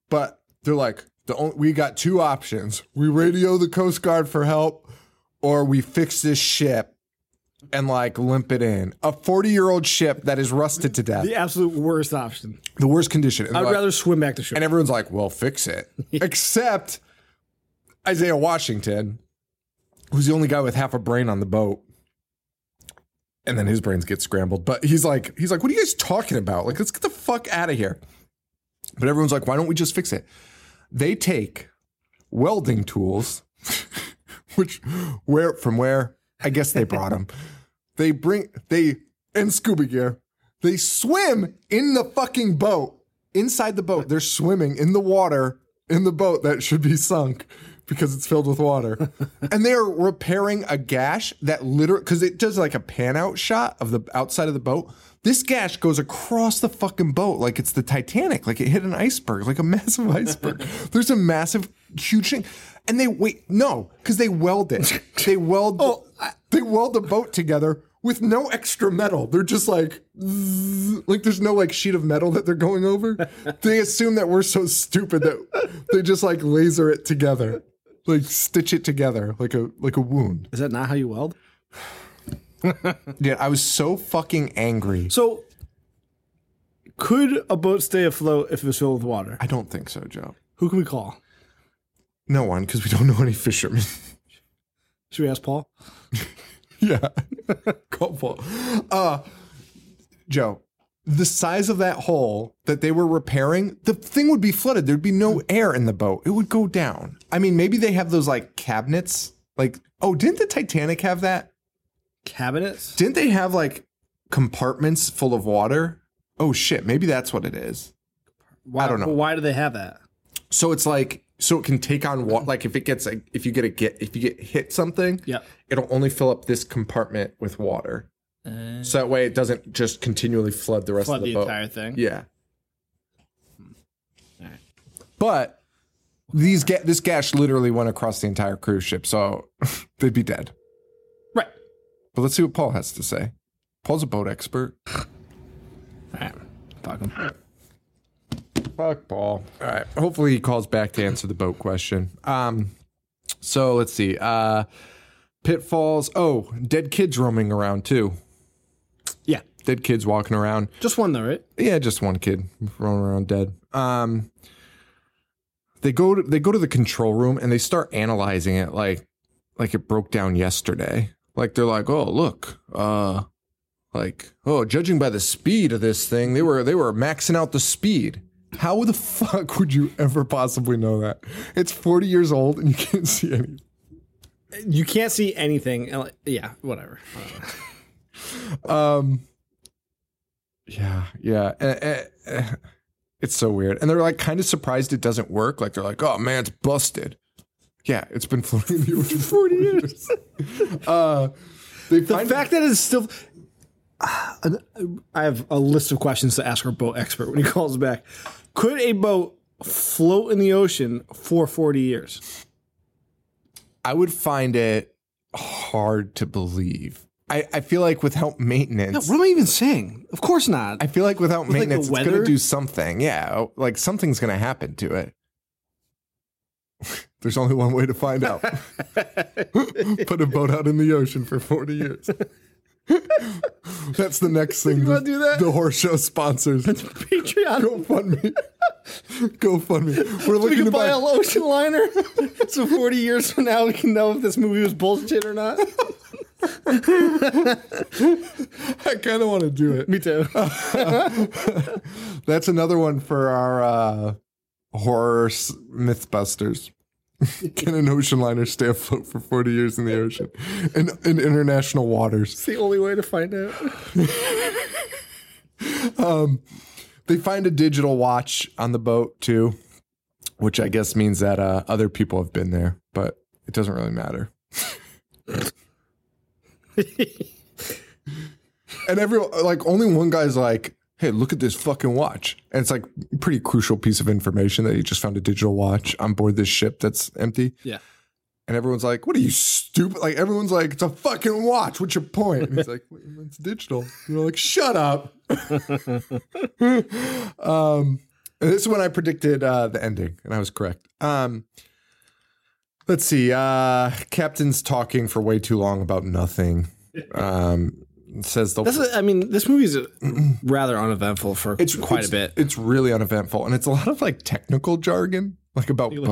[SPEAKER 1] But they're like, "The only we got two options: we radio the Coast Guard for help, or we fix this ship." And like limp it in a forty-year-old ship that is rusted to death
[SPEAKER 3] the absolute worst option.
[SPEAKER 1] the worst condition. And,
[SPEAKER 3] I
[SPEAKER 1] they're
[SPEAKER 3] would
[SPEAKER 1] like-
[SPEAKER 3] rather swim back to shore.
[SPEAKER 1] and everyone's like, well, fix it. Except Isaiah Washington, who's the only guy with half a brain on the boat. And then his brains get scrambled. But he's like, he's like, what are you guys talking about? Like, let's get the fuck out of here. But everyone's like, why don't we just fix it? They take welding tools, (laughs) which where from where? I guess they brought them. they bring they in scuba gear. They swim in the fucking boat. Inside the boat, they're swimming in the water in the boat that should be sunk because it's filled with water. and they're repairing a gash that literally cuz it does like a pan out shot of the outside of the boat. This gash goes across the fucking boat like it's the Titanic, like it hit an iceberg, like a massive (laughs) iceberg. There's a massive huge thing. And they wait, no, cuz they weld (laughs) it. They weld the- they weld the boat together with no extra metal. They're just like, zzz, like there's no like sheet of metal that they're going (laughs) over. they assume that we're so stupid that they just like laser it together, like stitch it together, like a like a wound.
[SPEAKER 3] Is that not how you weld?
[SPEAKER 1] Yeah, I was so fucking angry.
[SPEAKER 3] So, could a boat stay afloat if it was filled with water?
[SPEAKER 1] I don't think so, Joe.
[SPEAKER 3] Who can we call?
[SPEAKER 1] No one, because we don't know any fishermen.
[SPEAKER 3] Should we ask Paul?
[SPEAKER 1] yeah, (laughs) couple. Uh, Joe, the size of that hole that they were repairing, the thing would be flooded. There'd be no air in the boat. It would go down. I mean, maybe they have those like cabinets. Like, oh, didn't the Titanic have that?
[SPEAKER 3] Cabinets?
[SPEAKER 1] Didn't they have like compartments full of water? Oh shit, maybe that's what it is.
[SPEAKER 3] Why,
[SPEAKER 1] I don't know.
[SPEAKER 3] Why do they have that?
[SPEAKER 1] So it's like so it can take on water. Like if it gets like if you get a get if you get hit something,
[SPEAKER 3] Yeah.
[SPEAKER 1] it'll only fill up this compartment with water. so that way it doesn't just continually flood the rest
[SPEAKER 3] Uh, Flood
[SPEAKER 1] of the,
[SPEAKER 3] the
[SPEAKER 1] boat.
[SPEAKER 3] entire thing? Hmm.
[SPEAKER 1] Yeah. But these ga- this gash literally went across the entire cruise ship, so (laughs) they'd be dead.
[SPEAKER 3] Right.
[SPEAKER 1] But let's see what Paul has to say. Paul's a boat expert.
[SPEAKER 3] Fuck 'em.
[SPEAKER 1] Fuck Paul. All right. Hopefully he calls back to answer the boat question. Um, so let's see. Uh, pitfalls. Oh, dead kids roaming around too.
[SPEAKER 3] Yeah.
[SPEAKER 1] Dead kids walking around.
[SPEAKER 3] Just one though, right?
[SPEAKER 1] Yeah, just one kid running around dead. Um, they go to they go to the control room and they start analyzing it like like it broke down yesterday. Like they're like, oh look, uh, like oh, judging by the speed of this thing, they were they were maxing out the speed. How the (laughs) fuck would you ever possibly know that? It's forty years old and you can't see anything.
[SPEAKER 3] You can't see anything. uh, Yeah, whatever.
[SPEAKER 1] Um. Yeah, yeah. Eh, eh, eh. It's so weird, and they're like kind of surprised it doesn't work. Like they're like, "Oh man, it's busted." Yeah, it's been (laughs) floating in the ocean for forty years. uh, they
[SPEAKER 3] (laughs) The
[SPEAKER 1] find
[SPEAKER 3] fact that it's still. (sighs) I have a list of questions to ask our boat expert when he (laughs) calls back. Could a boat float in the ocean for 40 years?
[SPEAKER 1] I would find it hard to believe. I, I feel like without maintenance,
[SPEAKER 3] What am I even saying? Of course not.
[SPEAKER 1] I feel like without
[SPEAKER 3] like, the
[SPEAKER 1] maintenance, it's
[SPEAKER 3] weather?
[SPEAKER 1] gonna do something. Yeah, oh, like something's gonna happen to it. (laughs) There's only one way to find out. (laughs) Put a boat out in the ocean for 40 years. (laughs) That's the
[SPEAKER 3] (laughs)
[SPEAKER 1] next thing.
[SPEAKER 3] wanna do that?
[SPEAKER 1] The horse show
[SPEAKER 3] (laughs)
[SPEAKER 1] sponsors.
[SPEAKER 3] (laughs) Patreon.
[SPEAKER 1] GoFundMe. (laughs) GoFundMe. We're
[SPEAKER 3] We
[SPEAKER 1] looking
[SPEAKER 3] can
[SPEAKER 1] to buy.
[SPEAKER 3] buy a ocean liner. (laughs) so 40 years from now, we can know if this movie was bullshit
[SPEAKER 1] (laughs)
[SPEAKER 3] or not.
[SPEAKER 1] I kind of want to do it.
[SPEAKER 3] Me too.
[SPEAKER 1] (laughs) That's another one for our uh, horror s-
[SPEAKER 3] (laughs)
[SPEAKER 1] mythbusters. Can an ocean liner stay afloat for 40 years in the ocean? In, in international waters.
[SPEAKER 3] It's the only way to find
[SPEAKER 1] (laughs)
[SPEAKER 3] out.
[SPEAKER 1] Um, They find a digital watch on the boat, too, which I guess means that uh, other people have been there, but it doesn't really matter. and every like only one guy's like hey look at this fucking watch and it's like pretty crucial piece of information that he just found a digital watch on board this ship that's empty
[SPEAKER 3] Yeah.
[SPEAKER 1] and everyone's like what are you stupid like everyone's like it's a fucking watch what's your point and he's like "Well, it's digital and you're like shut up (laughs) um and this is when i predicted uh the ending and i was correct um let's see uh captain's talking for way too long about nothing um says the
[SPEAKER 3] This is, I mean, this movie's uh, rather uneventful for quite a bit.
[SPEAKER 1] It's really uneventful, and it's a lot of like technical jargon, like about boating.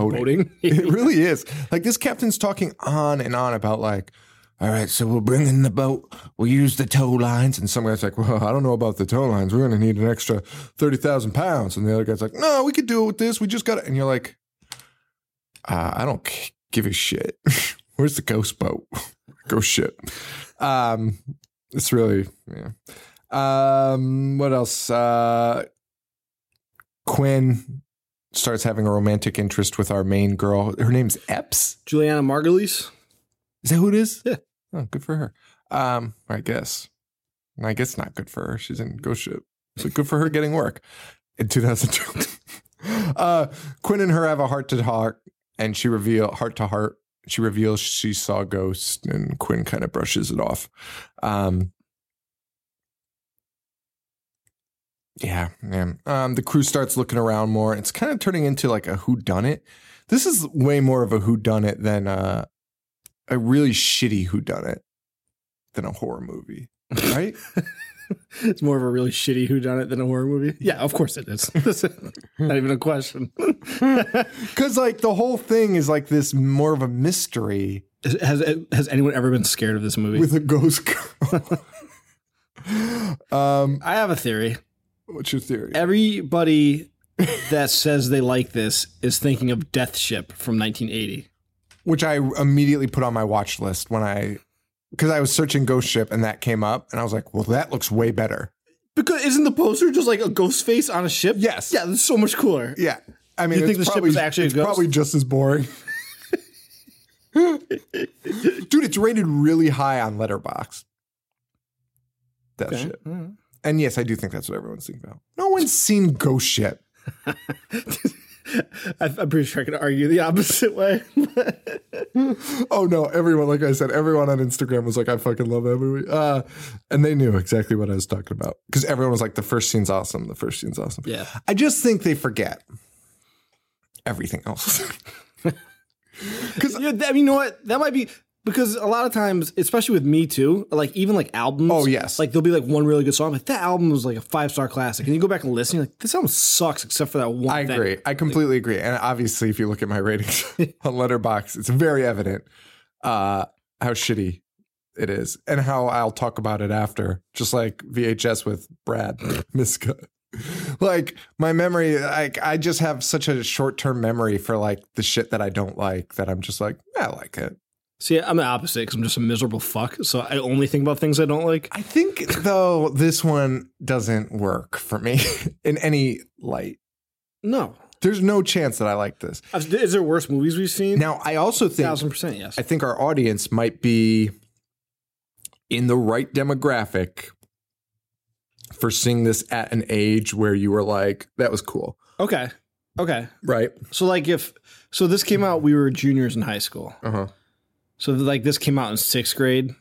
[SPEAKER 3] boating.
[SPEAKER 1] (laughs) it really is. Like this captain's talking on and on about like, all right, so we'll bring in the boat, we'll use the tow lines, and some guy's like, well, I don't know about the tow lines. We're going to need an extra thirty thousand pounds, and the other guy's like, no, we could do it with this. We just got it, and you're like, uh, I don't c- give a shit. (laughs) Where's the ghost boat? (laughs) ghost ship. Um, it's really yeah. Um, what else? Uh, Quinn starts having a romantic interest with our main girl. Her name's Epps.
[SPEAKER 3] Juliana Margulies.
[SPEAKER 1] Is that who it is?
[SPEAKER 3] Yeah.
[SPEAKER 1] Oh, good for her. Um, I guess. I guess not good for her. She's in Ghost Ship. So good for her getting work in 2002. (laughs) uh, Quinn and her have a heart to heart, and she reveal heart to heart. She reveals she saw ghosts, and Quinn kind of brushes it off. Um, yeah, yeah. Um, the crew starts looking around more. It's kind of turning into like a who done it. This is way more of a who done it than uh, a really shitty whodunit than a horror movie, right?
[SPEAKER 3] It's more of a really shitty whodunit than a horror movie. Yeah, of course it is. (laughs) Not even a question.
[SPEAKER 1] Because like the whole thing is like this more of a mystery
[SPEAKER 3] (laughs) has has anyone ever been scared of this movie?
[SPEAKER 1] with a ghost. girl. (laughs) um,
[SPEAKER 3] I have a theory.
[SPEAKER 1] what's your theory?
[SPEAKER 3] Everybody that says they like this is thinking of Death Ship from 1980.
[SPEAKER 1] Which I immediately put on my watch list when I, because I was searching Ghost Ship and that came up, and I was like, well, that looks way better.
[SPEAKER 3] Because isn't the poster just like a ghost face on a ship?
[SPEAKER 1] Yes.
[SPEAKER 3] Yeah, that's so much cooler.
[SPEAKER 1] Yeah, I mean,
[SPEAKER 3] You think
[SPEAKER 1] it's
[SPEAKER 3] the ship
[SPEAKER 1] probably-
[SPEAKER 3] is actually a
[SPEAKER 1] it's
[SPEAKER 3] ghost?
[SPEAKER 1] probably just as boring. Dude, it's rated really high on Letterbox. that shit. And yes, I do think that's what everyone's thinking about. No one's seen Ghost Ship.
[SPEAKER 3] I- I'm pretty sure I could argue the opposite way.
[SPEAKER 1] Oh no, everyone, like I said, everyone on Instagram was like, I fucking love that movie. Uh, and they knew exactly what I was talking about. Because everyone was like, the first scene's awesome. The first scene's awesome.
[SPEAKER 3] Yeah.
[SPEAKER 1] I just think they forget everything else. (laughs)
[SPEAKER 3] Yeah, I mean, you know what? That might be because a lot of times, especially with me too, like even like albums.
[SPEAKER 1] Oh, yes.
[SPEAKER 3] like there'll be like one really good song, like that album was like a five star classic, and you go back and listen, you're like this album sucks except for that one.
[SPEAKER 1] I
[SPEAKER 3] thing.
[SPEAKER 1] agree. I completely agree. And obviously, if you look at my (laughs) ratings on Letterbox, it's very evident uh, how shitty it is, and how I'll talk about it after, just like VHS with Brad (laughs) Miska. Like my memory, like I just have such a short term memory for like the shit that I don't like that I'm just like "Yeah, I like it.
[SPEAKER 3] See, I'm the opposite because I'm just a miserable fuck. So I only think about things I don't like.
[SPEAKER 1] I think though this one doesn't work for me (laughs) in any light.
[SPEAKER 3] No,
[SPEAKER 1] There's no chance that I like this.
[SPEAKER 3] I've- is there worse movies we've seen?
[SPEAKER 1] Now I also think
[SPEAKER 3] Thousand percent, yes.
[SPEAKER 1] I think our audience might be in the right demographic for seeing this at an age where you were like, that was cool.
[SPEAKER 3] Okay, okay.
[SPEAKER 1] Right.
[SPEAKER 3] So like if so, this came out we were juniors in high school.
[SPEAKER 1] Uh huh.
[SPEAKER 3] So like this came out in sixth grade.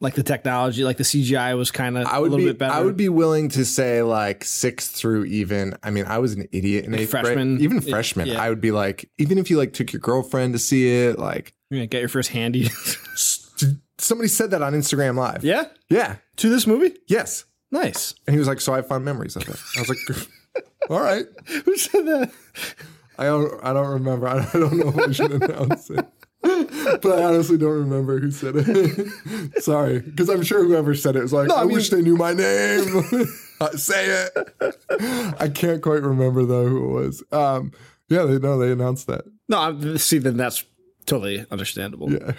[SPEAKER 3] Like the technology, like the CGI was kind of
[SPEAKER 1] I
[SPEAKER 3] a
[SPEAKER 1] would
[SPEAKER 3] little
[SPEAKER 1] be
[SPEAKER 3] bit better.
[SPEAKER 1] I would be willing to say like six through even. I mean, I was an idiot in
[SPEAKER 3] Like
[SPEAKER 1] eighth
[SPEAKER 3] freshman.
[SPEAKER 1] grade. Even
[SPEAKER 3] Yeah,
[SPEAKER 1] freshman,
[SPEAKER 3] yeah.
[SPEAKER 1] I would be like, even if you like took your girlfriend to see it, like
[SPEAKER 3] You're gonna get your first handy. (laughs)
[SPEAKER 1] st- somebody said that on Instagram Live.
[SPEAKER 3] yeah,
[SPEAKER 1] Yeah.
[SPEAKER 3] to this movie.
[SPEAKER 1] Yes.
[SPEAKER 3] Nice.
[SPEAKER 1] And he was like, so I have fond memories of it. I was like, (laughs) all right.
[SPEAKER 3] Who said that?
[SPEAKER 1] I don't. I don't remember. (laughs) I don't know if I should announce it. But I honestly don't remember who said it. (laughs) Sorry, because I'm sure whoever said it was like, I,
[SPEAKER 3] I mean-
[SPEAKER 1] wish they knew my name. (laughs) Uh, Say it. (laughs) I can't quite remember though who it was. Um, yeah, they no, they announced that.
[SPEAKER 3] No, I'm, see, then that's totally understandable.
[SPEAKER 1] Yeah.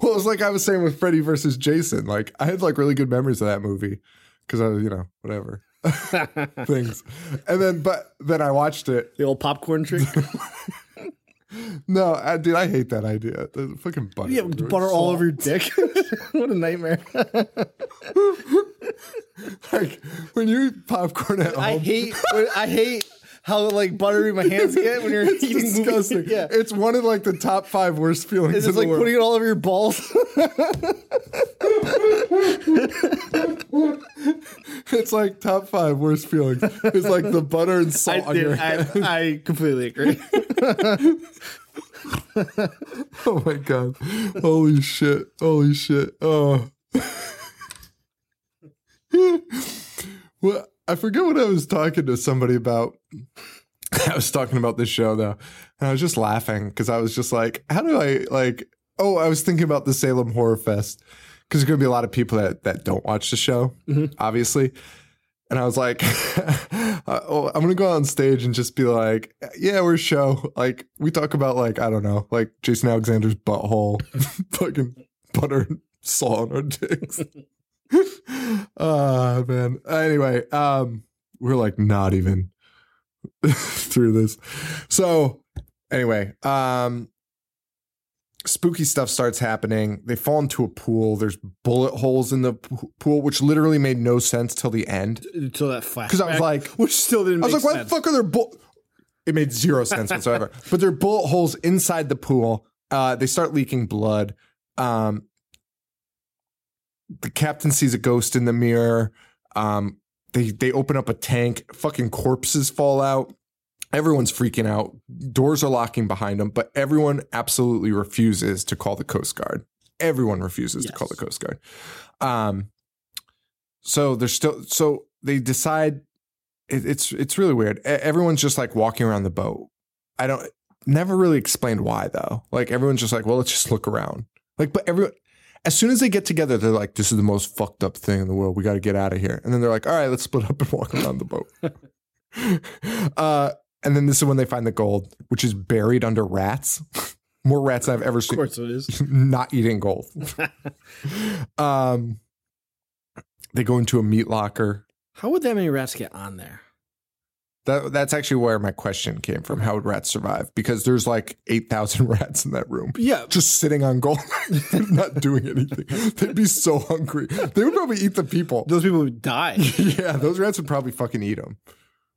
[SPEAKER 1] well, it's like I was saying with Freddy versus Jason. Like I had like really good memories of that movie because I was, you know, whatever (laughs) things. And then, but then I watched it
[SPEAKER 3] The old popcorn (laughs) trick.
[SPEAKER 1] No, I, dude, I hate that idea. The fucking butter.
[SPEAKER 3] yeah,
[SPEAKER 1] It's
[SPEAKER 3] butter all
[SPEAKER 1] so-
[SPEAKER 3] over your dick. (laughs) what a nightmare.
[SPEAKER 1] Like when you eat popcorn at home,
[SPEAKER 3] I hate. I hate how like buttery my hands get (laughs) when you're
[SPEAKER 1] it's
[SPEAKER 3] eating. movies.
[SPEAKER 1] disgusting.
[SPEAKER 3] yeah.
[SPEAKER 1] It's one of like the top five worst feelings
[SPEAKER 3] It's
[SPEAKER 1] in
[SPEAKER 3] just
[SPEAKER 1] the
[SPEAKER 3] like
[SPEAKER 1] world.
[SPEAKER 3] putting it all over your (laughs) balls.
[SPEAKER 1] it's like top five worst feelings. It's like the
[SPEAKER 3] (laughs)
[SPEAKER 1] butter and salt
[SPEAKER 3] Oh,
[SPEAKER 1] on your hand.
[SPEAKER 3] I, I completely agree. (laughs)
[SPEAKER 1] (laughs) Oh my god! Holy shit! Holy shit! Oh. (laughs) well, I forget what I was talking to somebody about. I was talking about this show though, and I was just laughing because I was just like, "How do I like?" Oh, I was thinking about the Salem Horror Fest because there's going to be a lot of people that that don't watch the show, obviously. And I was like, (laughs) uh, oh, I'm gonna go on stage and just be like, yeah, we're a show. Like we talk about like I don't know, like Jason Alexander's butthole, (laughs) fucking butter and salt on our dicks. (laughs) Ah man. Anyway, um, we're like not even (laughs) through this. So anyway, um, spooky stuff starts happening. They fall into a pool. There's bullet holes in the po- pool, which literally made no sense till the end.
[SPEAKER 3] Until that flash.
[SPEAKER 1] 'Cause I was like-
[SPEAKER 3] which still didn't.
[SPEAKER 1] I was like,
[SPEAKER 3] make
[SPEAKER 1] why the
[SPEAKER 3] sense.
[SPEAKER 1] fuck are there bull? It made zero sense
[SPEAKER 3] (laughs)
[SPEAKER 1] whatsoever. but there are bullet holes inside the pool. Uh, they start leaking blood. Um, the captain sees a ghost in the mirror. Um, they they open up a tank. Fucking corpses fall out. Everyone's freaking out. Doors are locking behind them, but everyone absolutely refuses to call the Coast Guard. Everyone refuses to call the
[SPEAKER 3] Yes.
[SPEAKER 1] Coast Guard. Um, so they're still so they decide it, it's it's really weird. E- Everyone's just like walking around the boat. I don't never really explained why though. Like everyone's just like, well, let's just look around. Like, but everyone as soon as they get together, they're like, this is the most fucked up thing in the world. We got to get out of here. And then they're like, all right, let's split up and walk around the
[SPEAKER 3] (laughs)
[SPEAKER 1] boat. uh, and then this is when they find the gold, which is buried under rats. (laughs) More rats than I've ever
[SPEAKER 3] Of
[SPEAKER 1] seen
[SPEAKER 3] course it is.
[SPEAKER 1] (laughs) not eating
[SPEAKER 3] (laughs)
[SPEAKER 1] gold. um, they go into a meat locker.
[SPEAKER 3] How would that many rats get on there?
[SPEAKER 1] That, that's actually where my question came from. How would rats survive? Because there's like eight thousand (laughs) rats in that room.
[SPEAKER 3] Yeah.
[SPEAKER 1] just sitting on gold, (laughs) not doing anything. They'd be so hungry. They would probably eat the people. (laughs)
[SPEAKER 3] Those people would die. (laughs)
[SPEAKER 1] Yeah, those rats would probably fucking eat them.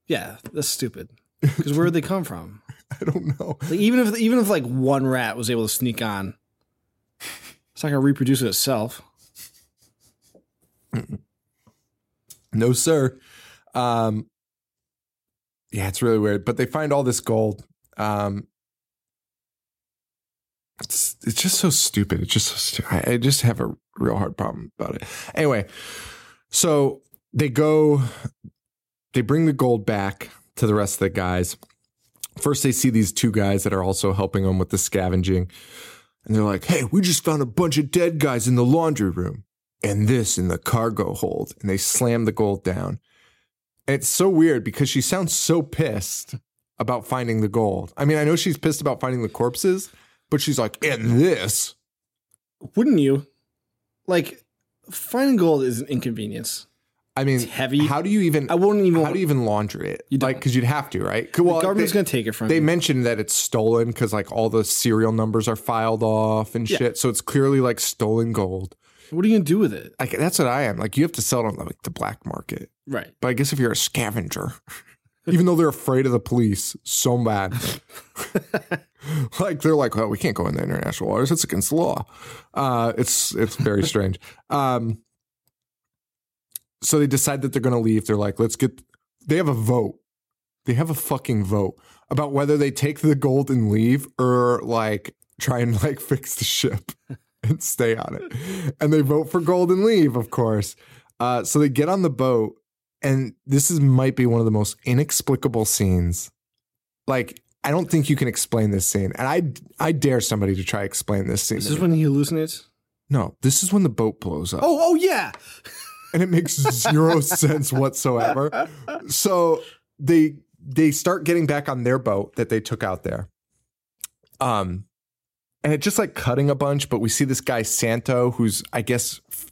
[SPEAKER 3] yeah, that's stupid. Because where would they come from?
[SPEAKER 1] I don't know.
[SPEAKER 3] Like even if even if like one rat was able to sneak on, it's not gonna reproduce it itself.
[SPEAKER 1] No, sir. Um, yeah, it's really weird. But they find all this gold. Um, it's it's just so stupid. It's just so stu- I, I just have a real hard problem about it. Anyway, so they go, they bring the gold back to the rest of the guys. First, they see these two guys that are also helping them with the scavenging, and they're like, "Hey, we just found a bunch of dead guys in the laundry room." and this in the cargo hold. And they slam the gold down. And it's so weird because she sounds so pissed about finding the gold. I mean, I know she's pissed about finding the corpses, but she's like, and this.
[SPEAKER 3] Wouldn't you? Like finding gold is an inconvenience.
[SPEAKER 1] I mean,
[SPEAKER 3] It's heavy.
[SPEAKER 1] How do you even?
[SPEAKER 3] I wouldn't even.
[SPEAKER 1] how do you even launder it?
[SPEAKER 3] You don't.
[SPEAKER 1] like, because you'd have to, right? 'Cause, Well,
[SPEAKER 3] the government's
[SPEAKER 1] they,
[SPEAKER 3] gonna take it from
[SPEAKER 1] they
[SPEAKER 3] you.
[SPEAKER 1] mentioned that it's stolen because like all the serial numbers are filed off and
[SPEAKER 3] Yeah.
[SPEAKER 1] shit. So it's clearly like stolen gold.
[SPEAKER 3] what are you gonna do with it?
[SPEAKER 1] Like that's what I am. Like you have to sell it on like the black market.
[SPEAKER 3] Right.
[SPEAKER 1] But I guess if you're a scavenger, (laughs) even though they're afraid of the police so bad, (laughs) like they're like, well, we can't go in the international waters. It's against the law. Uh, it's it's
[SPEAKER 3] (laughs)
[SPEAKER 1] very strange. Um, so they decide that they're going to leave. They're like, let's get. They have a vote. They have a fucking vote about whether they take the gold and leave or like try and like (laughs) fix the ship and stay on it. And they vote for gold and leave, of course. Uh, so they get on the boat, and this is might be one of the most inexplicable scenes. Like, I don't think you can explain this scene, and I I dare somebody to try explain this scene.
[SPEAKER 3] This
[SPEAKER 1] to
[SPEAKER 3] is
[SPEAKER 1] me.
[SPEAKER 3] when he hallucinates.
[SPEAKER 1] no, this is when the boat blows up
[SPEAKER 3] Oh, oh yeah.
[SPEAKER 1] and it makes zero sense whatsoever. So they they start getting back on their boat that they took out there. Um and it's just like cutting a bunch, but we see this guy Santo who's I guess f-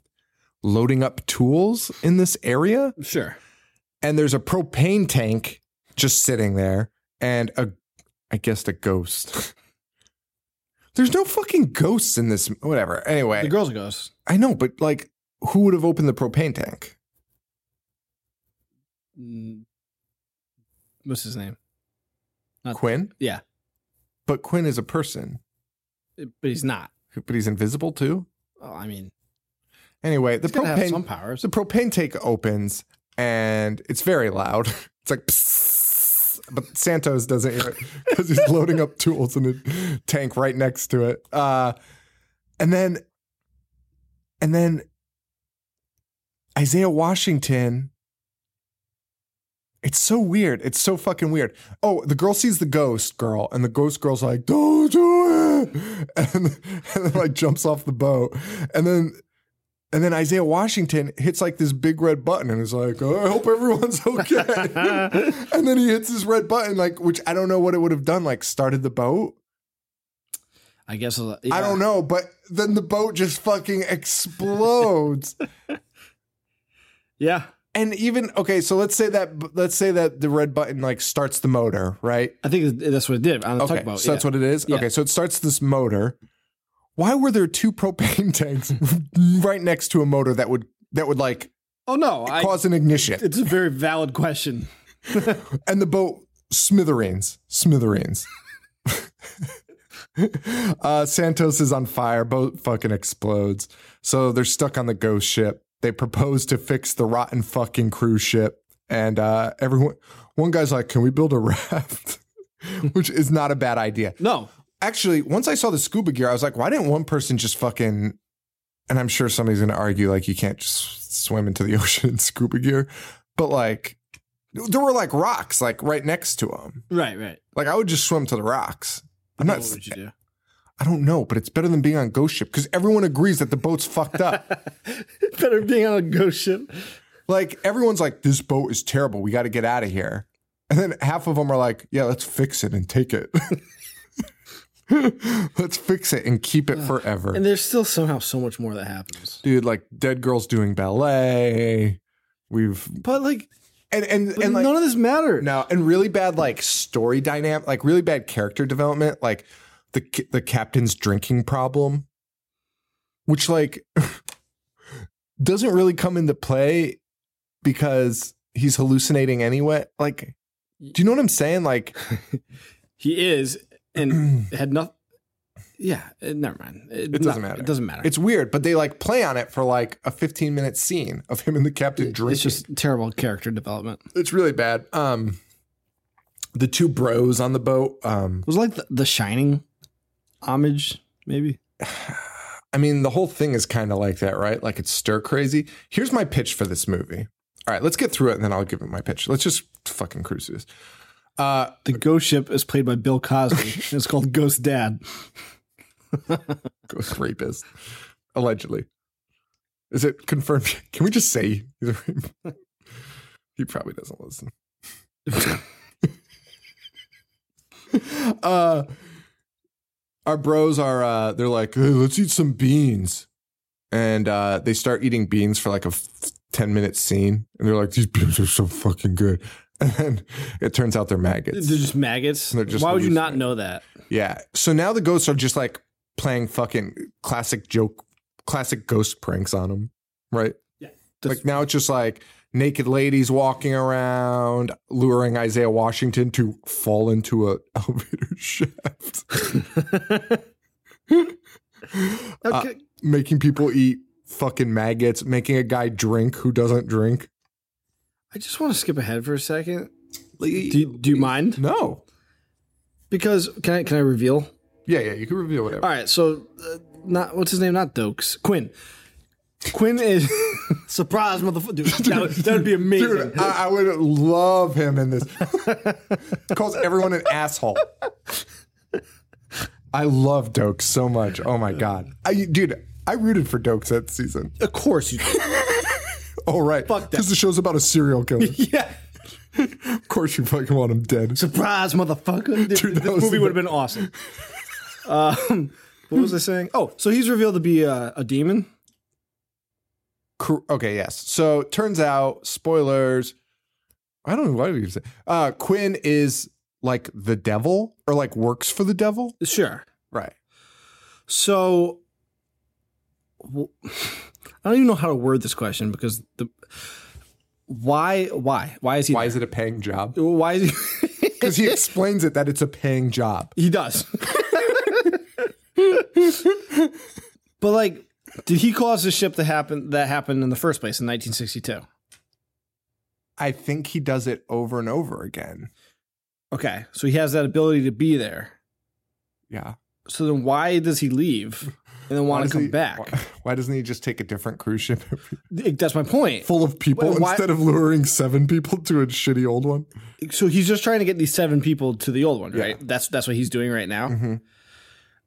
[SPEAKER 1] loading up tools in this area
[SPEAKER 3] Sure.
[SPEAKER 1] and there's a propane tank just sitting there and a I guess a ghost. (laughs) there's no fucking ghosts in this whatever. Anyway,
[SPEAKER 3] The girl's a ghost.
[SPEAKER 1] I know, but like who would have opened the propane tank?
[SPEAKER 3] Mm. What's his name? Uh,
[SPEAKER 1] Quinn?
[SPEAKER 3] yeah.
[SPEAKER 1] But Quinn is a person,
[SPEAKER 3] But he's not.
[SPEAKER 1] but he's invisible too.
[SPEAKER 3] Oh, I mean,
[SPEAKER 1] Anyway, the
[SPEAKER 3] he's gotta have some
[SPEAKER 1] propane
[SPEAKER 3] powers.
[SPEAKER 1] the propane tank opens and it's very loud. (laughs) It's like "Psst," but Santos doesn't hear it because he's loading up tools in the tank right next to it. Uh, and then and then Isaiah Washington It's so weird. It's so fucking weird. Oh, the girl sees the ghost girl, and the ghost girl's like, "Don't do it," (laughs) and, and then like jumps off the boat, and then and then Isaiah Washington hits like this big red button, and is like, "Oh, "I hope everyone's (laughs) okay." and then he hits this red button, like which I don't know what it would have done, like started the boat.
[SPEAKER 3] I guess. uh,
[SPEAKER 1] I
[SPEAKER 3] yeah.
[SPEAKER 1] don't know, but then the boat just fucking explodes.
[SPEAKER 3] Yeah.
[SPEAKER 1] and even okay, so let's say that let's say that the red button like starts the motor, right?
[SPEAKER 3] I think that's what it did on the
[SPEAKER 1] Okay,
[SPEAKER 3] tugboat.
[SPEAKER 1] so that's
[SPEAKER 3] yeah.
[SPEAKER 1] what it is.
[SPEAKER 3] Yeah.
[SPEAKER 1] Okay, so it starts this motor. Why were there two propane (laughs) tanks right next to a motor that would that would like
[SPEAKER 3] Oh no! I,
[SPEAKER 1] cause an ignition
[SPEAKER 3] it's a very valid question.
[SPEAKER 1] and the boat smithereens, smithereens. (laughs) uh, Santos is on fire. Boat fucking explodes. So they're stuck on the ghost ship. They propose to fix the rotten fucking cruise ship, and uh, everyone. One guy's like, "Can we build a raft?" (laughs) Which is not a bad idea.
[SPEAKER 3] No,
[SPEAKER 1] actually, once I saw the scuba gear, I was like, why didn't one person just fucking? And I'm sure somebody's going to argue like you can't just swim into the (laughs) ocean in scuba gear, but like there were like rocks like right next to them.
[SPEAKER 3] right, right.
[SPEAKER 1] Like I would just swim to the rocks. I'm
[SPEAKER 3] What
[SPEAKER 1] not.
[SPEAKER 3] would you do?
[SPEAKER 1] I don't know, but it's better than being on ghost ship because everyone agrees that the boat's fucked up.
[SPEAKER 3] Better being on a ghost ship.
[SPEAKER 1] Like everyone's like, this boat is terrible. We got to get out of here. And then half of them are like, yeah, let's fix it and take it. (laughs) let's fix it and keep it forever.
[SPEAKER 3] And there's still somehow so much more that happens.
[SPEAKER 1] dude like dead girls doing ballet we've
[SPEAKER 3] But like,
[SPEAKER 1] and and
[SPEAKER 4] But
[SPEAKER 1] and like,
[SPEAKER 4] none of this mattered.
[SPEAKER 1] No, and really bad like story dynamic, like really bad character development, like the ca- the captain's drinking problem, which like (laughs) doesn't really come into play because he's hallucinating anyway. Like, do you know what I'm saying? Like,
[SPEAKER 3] (laughs) He is and had nothing. Yeah, eh, never mind. It,
[SPEAKER 1] doesn't
[SPEAKER 3] no,
[SPEAKER 1] matter.
[SPEAKER 3] It doesn't matter.
[SPEAKER 1] it's weird, but they like play on it for like a 15 minute scene of him and the captain drinking.
[SPEAKER 3] it's just terrible character development. It
[SPEAKER 1] it's really bad. Um, the two bros on the boat. Um,
[SPEAKER 3] was like the, the Shining homage, maybe.
[SPEAKER 1] I mean, the whole thing is kind of like that, right? Like it's stir crazy. Here's my pitch for this movie. All right, let's get through it and then I'll give it my pitch. Let's just fucking cruise through this. Uh,
[SPEAKER 3] The ghost ship is played by Bill Cosby. and it's called Ghost Dad.
[SPEAKER 1] ghost rapist, allegedly. Is it confirmed? (laughs) Can we just say he's a rapist? He probably doesn't listen. (laughs) uh, our bros are uh, they're like, "Hey, let's eat some beans, and uh, they start eating beans for like a f- ten minute scene, and they're like, these beans are so fucking good, (laughs) and then it turns out they're maggots.
[SPEAKER 3] They're just maggots.
[SPEAKER 1] They're just
[SPEAKER 3] Why would you not
[SPEAKER 1] hallucinating.
[SPEAKER 3] know that?
[SPEAKER 1] Yeah. So now the ghosts are just like playing fucking classic joke, classic ghost pranks on them, right?
[SPEAKER 3] That's-
[SPEAKER 1] like now it's just like naked ladies walking around, luring Isaiah Washington to fall into a (laughs) elevator (laughs) shaft, Uh,
[SPEAKER 3] Okay.
[SPEAKER 1] making people eat fucking maggots, making a guy drink who doesn't drink.
[SPEAKER 3] I just want to skip ahead for a second.
[SPEAKER 1] Like,
[SPEAKER 3] Do you, do you mind?
[SPEAKER 1] no.
[SPEAKER 3] Because can I can I reveal?
[SPEAKER 1] Yeah, yeah. You can reveal whatever.
[SPEAKER 3] All right, so uh, not what's his name? Not Dokes. Quinn. Quinn is (laughs) surprise, motherfucker. Dude, that would, that would be amazing.
[SPEAKER 1] Dude, I, I would love him in this. (laughs) Calls everyone an asshole. I love Dokes so much. Oh my god, I, dude, I rooted for Dokes that season.
[SPEAKER 3] of course you.
[SPEAKER 1] Oh right,
[SPEAKER 3] Fuck that.
[SPEAKER 1] because the show's about a serial killer.
[SPEAKER 3] (laughs) yeah.
[SPEAKER 1] (laughs) of course, you fucking want him dead.
[SPEAKER 3] Surprise, motherfucker. Dude,
[SPEAKER 1] that
[SPEAKER 3] this
[SPEAKER 1] was-
[SPEAKER 3] movie would have been awesome. um, what was I saying? Oh, so he's revealed to be uh, a demon.
[SPEAKER 1] Cor- okay, yes. So turns out, spoilers. I don't know why we say. Uh, Quinn is like the devil, or like works for the devil,
[SPEAKER 3] Sure.
[SPEAKER 1] right?
[SPEAKER 3] So, w- I don't even know how to word this question because the why why why is he
[SPEAKER 1] Why is it a paying job?
[SPEAKER 3] there? why is he (laughs)
[SPEAKER 1] Because he explains it that it's a paying job.
[SPEAKER 3] he does. (laughs) but like, did he cause the ship to happen that happened in the first place in 1962?
[SPEAKER 1] I think he does it over and over again.
[SPEAKER 3] Okay, so he has that ability to be there.
[SPEAKER 1] Yeah.
[SPEAKER 3] So then, why does he leave and then want to
[SPEAKER 1] does
[SPEAKER 3] come
[SPEAKER 1] he-
[SPEAKER 3] back?
[SPEAKER 1] Why, why doesn't he just take a different cruise ship (laughs)
[SPEAKER 3] That's my point.
[SPEAKER 1] full of people
[SPEAKER 3] Wait, why-
[SPEAKER 1] instead of luring seven people to a shitty old one?
[SPEAKER 3] so he's just trying to get these seven people to the old one, right?
[SPEAKER 1] Yeah. Mm-hmm.
[SPEAKER 3] That's that's what he's doing right now.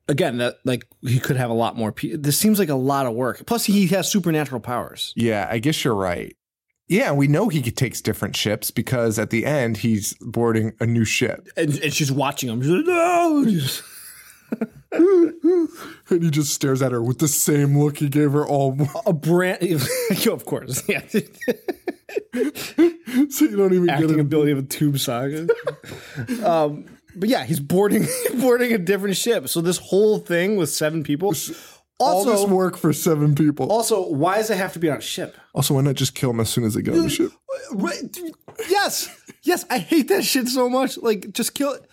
[SPEAKER 3] Again, that like he could have a lot more. Pe- this seems like a lot of work. Plus, he has supernatural powers.
[SPEAKER 1] Yeah, I guess you're right. Yeah, we know he takes different ships because at the end he's boarding a new ship
[SPEAKER 3] And, and she's watching him. She's like, (laughs) no.
[SPEAKER 1] and he just stares at her with the same look he gave her all. (laughs)
[SPEAKER 3] A brand. (laughs) Yo, of course. Yeah.
[SPEAKER 1] so you don't even
[SPEAKER 3] Acting
[SPEAKER 1] get it.
[SPEAKER 3] ability of a tube saga. (laughs) um, but yeah, he's boarding (laughs) boarding a different ship. So this whole thing with seven people.
[SPEAKER 1] All this
[SPEAKER 3] Also,
[SPEAKER 1] work for seven people.
[SPEAKER 3] also, why does it have to be on a ship?
[SPEAKER 1] Also, why not just kill him as soon as they get on the ship?
[SPEAKER 3] Uh, Right. Yes. Yes. I hate that shit so much. Like, just kill it.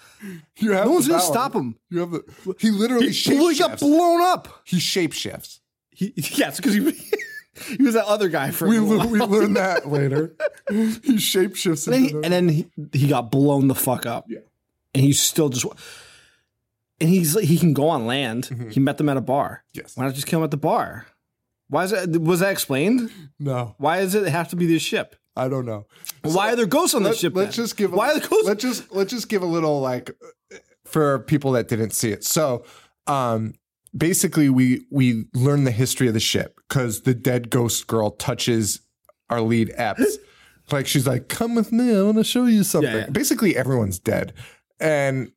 [SPEAKER 1] You have
[SPEAKER 3] No
[SPEAKER 1] the
[SPEAKER 3] one's gonna
[SPEAKER 1] power.
[SPEAKER 3] stop him.
[SPEAKER 1] You have the. He literally
[SPEAKER 3] He got
[SPEAKER 1] shapeshifts.
[SPEAKER 3] blown up.
[SPEAKER 1] He shapeshifts.
[SPEAKER 3] He, (laughs) yes, because he, he was that other guy for
[SPEAKER 1] We,
[SPEAKER 3] a little
[SPEAKER 1] le-
[SPEAKER 3] while.
[SPEAKER 1] we learned that later. He shapeshifts
[SPEAKER 3] And then, (laughs)
[SPEAKER 1] into
[SPEAKER 3] he,
[SPEAKER 1] the-
[SPEAKER 3] and then he, he got blown the fuck up. And he's still just. And he's he can go on land.
[SPEAKER 1] Mm-hmm.
[SPEAKER 3] He met them at a bar.
[SPEAKER 1] Yes.
[SPEAKER 3] Why not just kill him at the bar? Why is that? Was that explained?
[SPEAKER 1] No,
[SPEAKER 3] Why does it have to be this ship?
[SPEAKER 1] I don't know.
[SPEAKER 3] Why are there ghosts on this ship?
[SPEAKER 1] Let's
[SPEAKER 3] then?
[SPEAKER 1] just give. A,
[SPEAKER 3] Why are there ghosts?
[SPEAKER 1] Let's just let's just give a little like for people that didn't see it. So, um, basically, we we learn the history of the ship because the dead ghost girl touches our lead
[SPEAKER 3] (laughs)
[SPEAKER 1] Epps. like she's like, "Come with me. I want to show you something."
[SPEAKER 3] yeah.
[SPEAKER 1] Basically, everyone's dead, and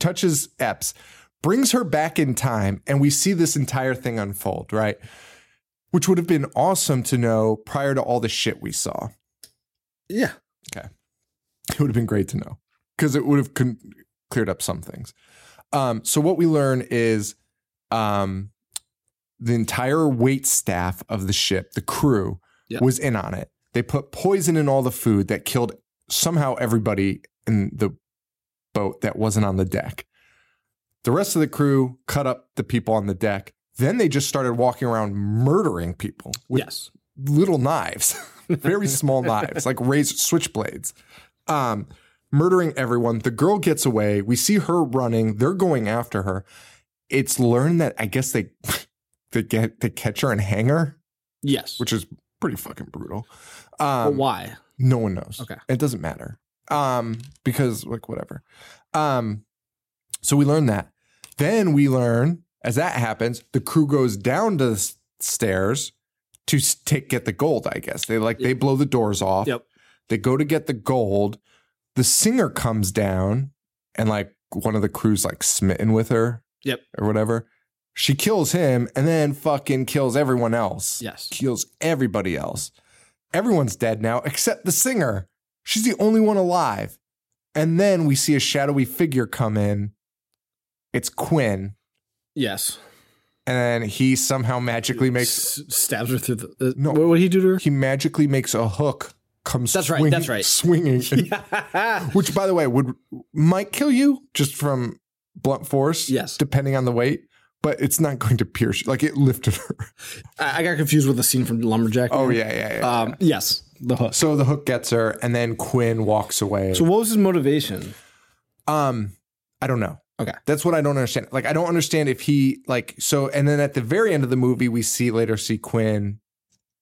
[SPEAKER 1] touches Epps, brings her back in time, and we see this entire thing unfold. Right. Which would have been awesome to know prior to all the shit we saw
[SPEAKER 3] yeah.
[SPEAKER 1] Okay. It would have been great to know because it would have con- cleared up some things. Um, so what we learn is um, the entire wait staff of the ship, the crew,
[SPEAKER 3] Yeah.
[SPEAKER 1] was in on it. They put poison in all the food that killed somehow everybody in the boat that wasn't on the deck. The rest of the crew cut up the people on the deck. Then they just started walking around murdering people with
[SPEAKER 3] yes.
[SPEAKER 1] little knives, (laughs) very small knives, like razor switchblades. Um, murdering everyone. The girl gets away. We see her running. They're going after her. It's learned that I guess they (laughs) they get they catch her and hang her,
[SPEAKER 3] Yes.
[SPEAKER 1] which is pretty fucking brutal.
[SPEAKER 3] but
[SPEAKER 1] Um,
[SPEAKER 3] why?
[SPEAKER 1] no one knows.
[SPEAKER 3] Okay.
[SPEAKER 1] It doesn't matter. Um, because like whatever. Um, so we learn that. Then we learn as that happens, the crew goes down to the s- stairs to s- take get the gold. I guess they like they blow the doors off.
[SPEAKER 3] Yep.
[SPEAKER 1] They go to get the gold. The singer comes down and like one of the crews like smitten with her.
[SPEAKER 3] Yep.
[SPEAKER 1] Or whatever. She kills him and then fucking kills everyone else
[SPEAKER 3] Yes.
[SPEAKER 1] kills everybody else. Everyone's dead now except the singer. She's the only one alive. And then we see a shadowy figure come in. It's Quinn,
[SPEAKER 3] Yes.
[SPEAKER 1] and then he somehow magically makes
[SPEAKER 3] S- stabs her through the. Uh,
[SPEAKER 1] No.
[SPEAKER 3] What would he do to her?
[SPEAKER 1] he magically makes a hook come
[SPEAKER 3] That's right,
[SPEAKER 1] swing-
[SPEAKER 3] that's right.
[SPEAKER 1] swinging,
[SPEAKER 3] (laughs)
[SPEAKER 1] which by the way would might kill you just from blunt force,
[SPEAKER 3] Yes.
[SPEAKER 1] depending on the weight. But it's not going to pierce. Like it lifted
[SPEAKER 3] (laughs)
[SPEAKER 1] her.
[SPEAKER 3] I, I got confused with the scene from Lumberjack.
[SPEAKER 1] Oh yeah, yeah, yeah.
[SPEAKER 3] Um, yes. The hook.
[SPEAKER 1] so the hook gets her, and then Quinn walks away.
[SPEAKER 3] So what was his motivation?
[SPEAKER 1] Um, I don't know.
[SPEAKER 3] Okay.
[SPEAKER 1] That's what I don't understand. Like, I don't understand if he like so. And then at the very end of the movie, we see later see Quinn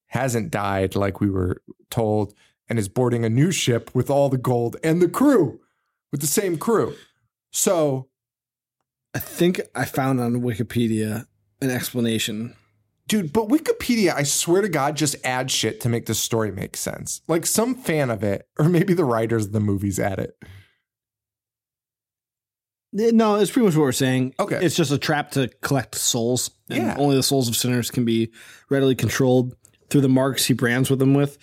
[SPEAKER 1] hasn't died like we were told, and is boarding a new ship with all the gold and the crew, with the same crew. So,
[SPEAKER 3] I think I found on Wikipedia an explanation.
[SPEAKER 1] dude, but Wikipedia, I swear to God, just add shit to make the story make sense. Like some fan of it, or maybe the writers of the movies at it.
[SPEAKER 3] Eh, No, it's pretty much what we're saying.
[SPEAKER 1] Okay.
[SPEAKER 3] It's just a trap to collect souls. And
[SPEAKER 1] Yeah.
[SPEAKER 3] Only the souls of sinners can be readily controlled through the marks he brands with them with.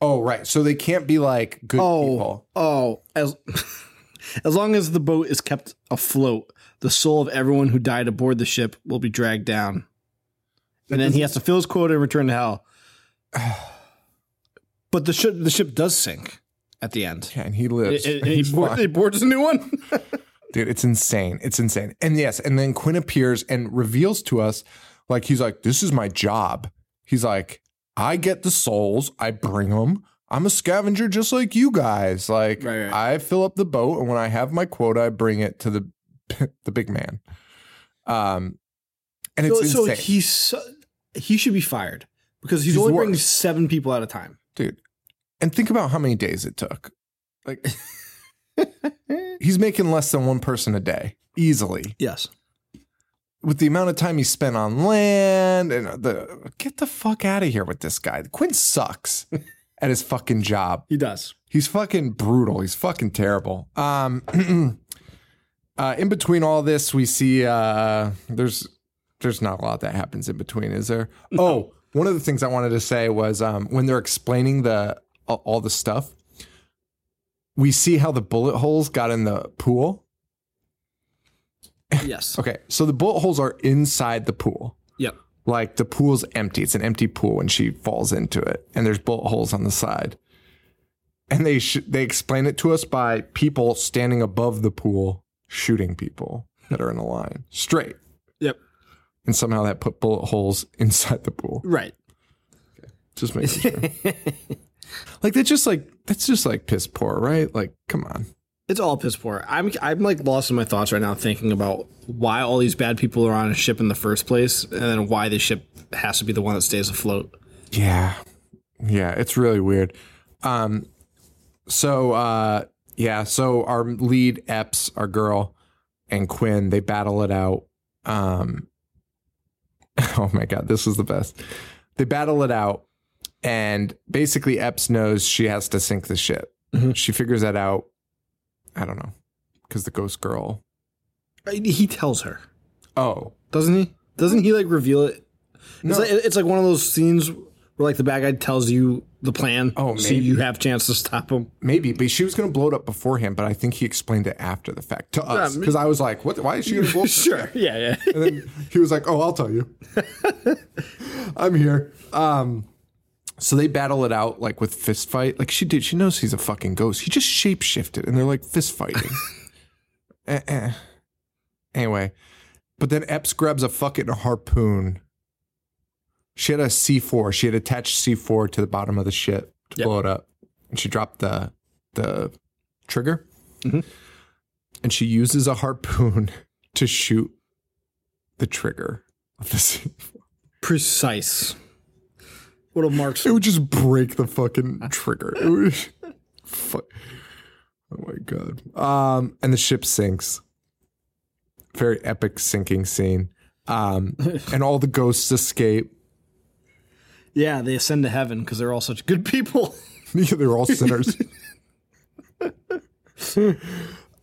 [SPEAKER 1] Oh, right. So they can't be like good
[SPEAKER 3] Oh,
[SPEAKER 1] people.
[SPEAKER 3] oh, as (laughs) as long as the boat is kept afloat, the soul of everyone who died aboard the ship will be dragged down. And then he has to fill his quota and return to hell. (sighs) But the ship the ship does sink at
[SPEAKER 1] (sighs)
[SPEAKER 3] the end.
[SPEAKER 1] Yeah, and he lives.
[SPEAKER 3] It,
[SPEAKER 1] (laughs)
[SPEAKER 3] it- it- he board- he boards a new one.
[SPEAKER 1] Dude, it's insane. It's insane. And yes, and then Quinn appears and reveals to us, like, he's like, this is my job. He's like, I get the souls, I bring them. I'm a scavenger just like you guys. Like,
[SPEAKER 3] Right, right.
[SPEAKER 1] I fill up the boat, and when I have my quota, I bring it to the (laughs) the big man. Um, and (laughs) it's
[SPEAKER 3] so, so
[SPEAKER 1] insane,
[SPEAKER 3] he's so- he should be fired because he's,
[SPEAKER 1] He's
[SPEAKER 3] only
[SPEAKER 1] the
[SPEAKER 3] bringing
[SPEAKER 1] worst.
[SPEAKER 3] seven people at a time.
[SPEAKER 1] dude. And think about how many days it took.
[SPEAKER 3] (laughs)
[SPEAKER 1] Like, he's making less than one person a day easily.
[SPEAKER 3] Yes.
[SPEAKER 1] with the amount of time he spent on land and the get the fuck out of here with this guy. Quinn sucks (laughs) at his fucking job. (laughs)
[SPEAKER 3] He does.
[SPEAKER 1] He's fucking brutal. He's fucking terrible. Um, (clears throat) uh, in between all this, we see uh, there's there's not a lot that happens in between, is there? Oh, one of the things I wanted to say was um, when they're explaining the all- all the stuff, we see how the bullet holes got in the pool.
[SPEAKER 3] Yes.
[SPEAKER 1] Okay, so the bullet holes are inside the pool.
[SPEAKER 3] Yep.
[SPEAKER 1] like the pool's empty. It's an empty pool when she falls into it, and there's bullet holes on the side. And they sh- they explain it to us by people standing above the pool shooting people that are in a line straight,
[SPEAKER 3] Yep.
[SPEAKER 1] and somehow that put bullet holes (laughs) inside the pool.
[SPEAKER 3] Right.
[SPEAKER 1] Just making sure. like that's just like that's just like piss poor, right? Like, come on.
[SPEAKER 3] It's all piss poor. I'm I'm like lost in my thoughts right now, thinking about why all these bad people are on a ship in the first place, and then why the ship has to be the one that stays afloat.
[SPEAKER 1] Yeah. Yeah, it's really weird. Um so uh yeah, so our lead Epps, our girl, and Quinn, they battle it out. Um (laughs) Oh my god, this was the best. They battle it out and basically Epps knows she has to sink the ship.
[SPEAKER 3] Mhm.
[SPEAKER 1] She figures that out. I don't know. Cuz the ghost girl.
[SPEAKER 3] He tells her,
[SPEAKER 1] Oh.
[SPEAKER 3] doesn't he? Doesn't he like reveal it?
[SPEAKER 1] No.
[SPEAKER 3] It's like it's like one of those scenes Where like the bad guy tells you the plan,
[SPEAKER 1] Oh,
[SPEAKER 3] so
[SPEAKER 1] maybe.
[SPEAKER 3] you have chance to stop
[SPEAKER 1] (laughs)
[SPEAKER 3] him.
[SPEAKER 1] Maybe, but she was going to blow it up beforehand, but I think he explained it after the fact to us
[SPEAKER 3] me-
[SPEAKER 1] because I was like, "What? Why is she
[SPEAKER 3] (laughs)
[SPEAKER 1] going to blow?" up the
[SPEAKER 3] Sure, yeah, yeah.
[SPEAKER 1] And then he was like, "Oh, I'll tell (laughs) you. I'm here." Um, so they battle it out like with fist fight. Like she did. She knows he's a fucking ghost. He just shapeshifted, and they're like fist (laughs) fighting. Eh, eh. Anyway, but then Epps grabs a fucking harpoon. She had a C4. She had attached C4 to the bottom of the ship to
[SPEAKER 3] Yep.
[SPEAKER 1] blow it up, and she dropped the the trigger. Mm-hmm. And she uses a harpoon (laughs) to shoot the trigger of this.
[SPEAKER 3] (laughs) Precise. What
[SPEAKER 1] (laughs)
[SPEAKER 3] a
[SPEAKER 1] (laughs)
[SPEAKER 3] marks.
[SPEAKER 1] It would just break the fucking trigger. It would. Fu- Oh my god. Um, and the ship sinks. Very epic sinking scene. Um, and all the ghosts escape.
[SPEAKER 3] Yeah, they ascend to heaven because they're all such good people. (laughs)
[SPEAKER 1] (laughs) Yeah, they're all sinners. um,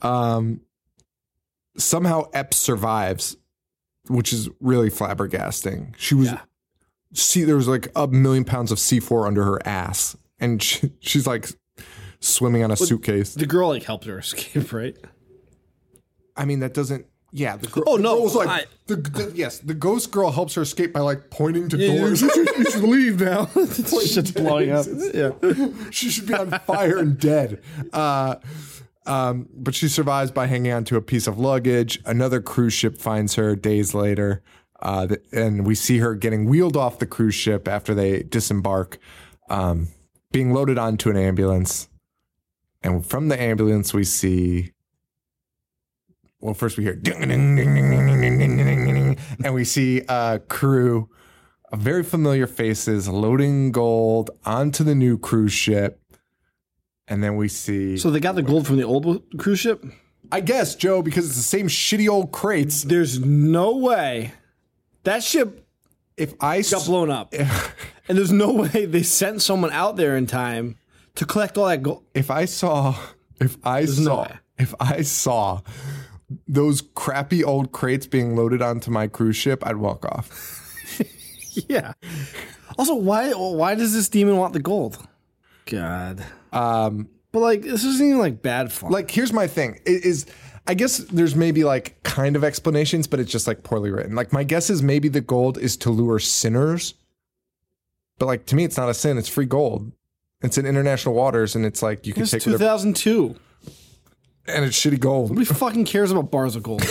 [SPEAKER 1] Um, somehow Epps survives, which is really flabbergasting. She was see there was like a million pounds of C four under her ass, and she, she's like swimming on a suitcase.
[SPEAKER 3] The girl like helped her escape, right?
[SPEAKER 1] I mean, that doesn't. Yeah, the girl.
[SPEAKER 3] Oh, no,
[SPEAKER 1] the girl's like
[SPEAKER 3] I-
[SPEAKER 1] the, the- yes, the ghost girl helps her escape by like pointing to
[SPEAKER 3] yeah.
[SPEAKER 1] doors. you should leave now.
[SPEAKER 3] Shit's blowing up. Yeah.
[SPEAKER 1] (laughs) she should be on fire and dead. Uh, um, but she survives by hanging on to a piece of luggage. Another cruise ship finds her days later, uh, th- and we see her getting wheeled off the cruise ship after they disembark, um, being loaded onto an ambulance. And from the ambulance, we see. Well, first we hear ding ding ding ding ding ding ding ding ding, ding, and we see a crew of very familiar faces loading gold onto the new cruise ship. And then we see
[SPEAKER 3] So they got the gold from the old cruise ship.
[SPEAKER 1] I guess, Joe, because it's the same shitty old crates.
[SPEAKER 3] There's no way that ship
[SPEAKER 1] If I
[SPEAKER 3] got blown up, and there's no way they sent someone out there in time to collect all that gold.
[SPEAKER 1] (laughs) if I saw if I
[SPEAKER 3] no
[SPEAKER 1] saw
[SPEAKER 3] way.
[SPEAKER 1] if I saw those crappy old crates being loaded onto my cruise ship, I'd walk off.
[SPEAKER 3] (laughs) Yeah. Also, why why does this demon want the gold? God. Um. But like, this isn't even like bad fun.
[SPEAKER 1] Like, here's my thing: it is I guess there's maybe like kind of explanations, but it's just like poorly written. Like my guess is maybe the gold is to lure sinners, but like to me, it's not a sin; it's free gold. It's in international waters, and it's like you can
[SPEAKER 3] it's
[SPEAKER 1] take whatever,
[SPEAKER 3] 2002.
[SPEAKER 1] and it's shitty gold.
[SPEAKER 3] Who fucking cares about bars of gold?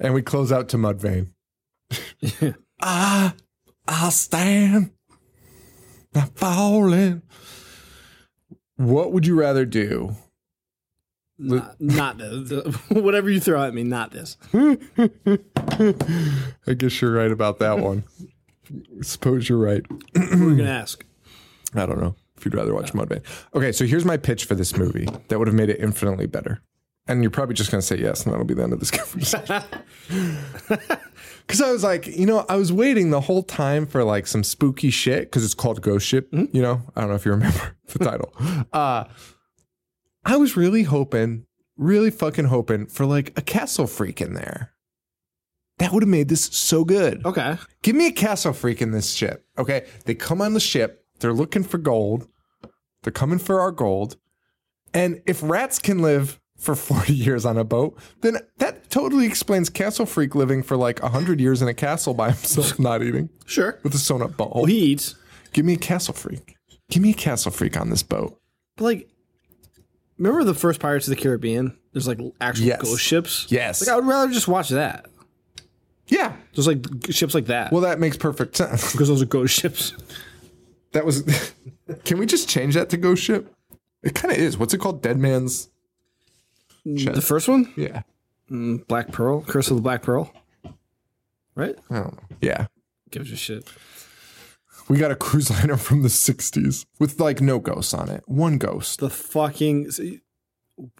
[SPEAKER 1] And we close out to Mudvayne. I, I stand, not falling. What would you rather do?
[SPEAKER 3] not the, the- (laughs) whatever you throw at me. Not this.
[SPEAKER 1] I guess you're right about that one. Suppose you're right.
[SPEAKER 3] We're gonna ask.
[SPEAKER 1] I don't know if you'd rather watch Mudvayne. Okay, so here's my pitch for this movie that would have made it infinitely better. And you're probably just going to say yes, and that'll be the end of this (laughs) conversation. Because I was like, you know, I was waiting the whole time for like some spooky shit because it's called Ghost Ship. You know, I don't know if you remember (laughs) the title. Uh, I was really hoping, really fucking hoping for like a castle freak in there. That would have made this so good.
[SPEAKER 3] Okay.
[SPEAKER 1] Give me a castle freak in this ship. Okay. They come on the ship. They're looking for gold. They're coming for our gold. And if rats can live for (laughs) 40 years on a boat, then that totally explains castle freak living for like 100 years in a castle by (laughs) himself, not eating
[SPEAKER 3] Sure.
[SPEAKER 1] with a sewn up
[SPEAKER 3] Well,
[SPEAKER 1] butthole.
[SPEAKER 3] he eats.
[SPEAKER 1] Give me a castle freak. Give me a castle freak on this boat.
[SPEAKER 3] But like, remember the first Pirates of the Caribbean? There's like actual
[SPEAKER 1] Yes.
[SPEAKER 3] ghost ships.
[SPEAKER 1] Yes.
[SPEAKER 3] Like I would rather just watch that.
[SPEAKER 1] Yeah.
[SPEAKER 3] There's like ships like that.
[SPEAKER 1] Well, that makes perfect sense. (laughs)
[SPEAKER 3] because those are ghost ships.
[SPEAKER 1] That was. (laughs) can we just change that to ghost ship? It kind of is. What's it called? Dead man's.
[SPEAKER 3] The first one,
[SPEAKER 1] Yeah.
[SPEAKER 3] Black Pearl, Curse of the Black Pearl. Right?
[SPEAKER 1] I don't know. Yeah.
[SPEAKER 3] Gives a shit.
[SPEAKER 1] We got a cruise (laughs) liner from the 60s with like no ghosts on it. One ghost.
[SPEAKER 3] The fucking see,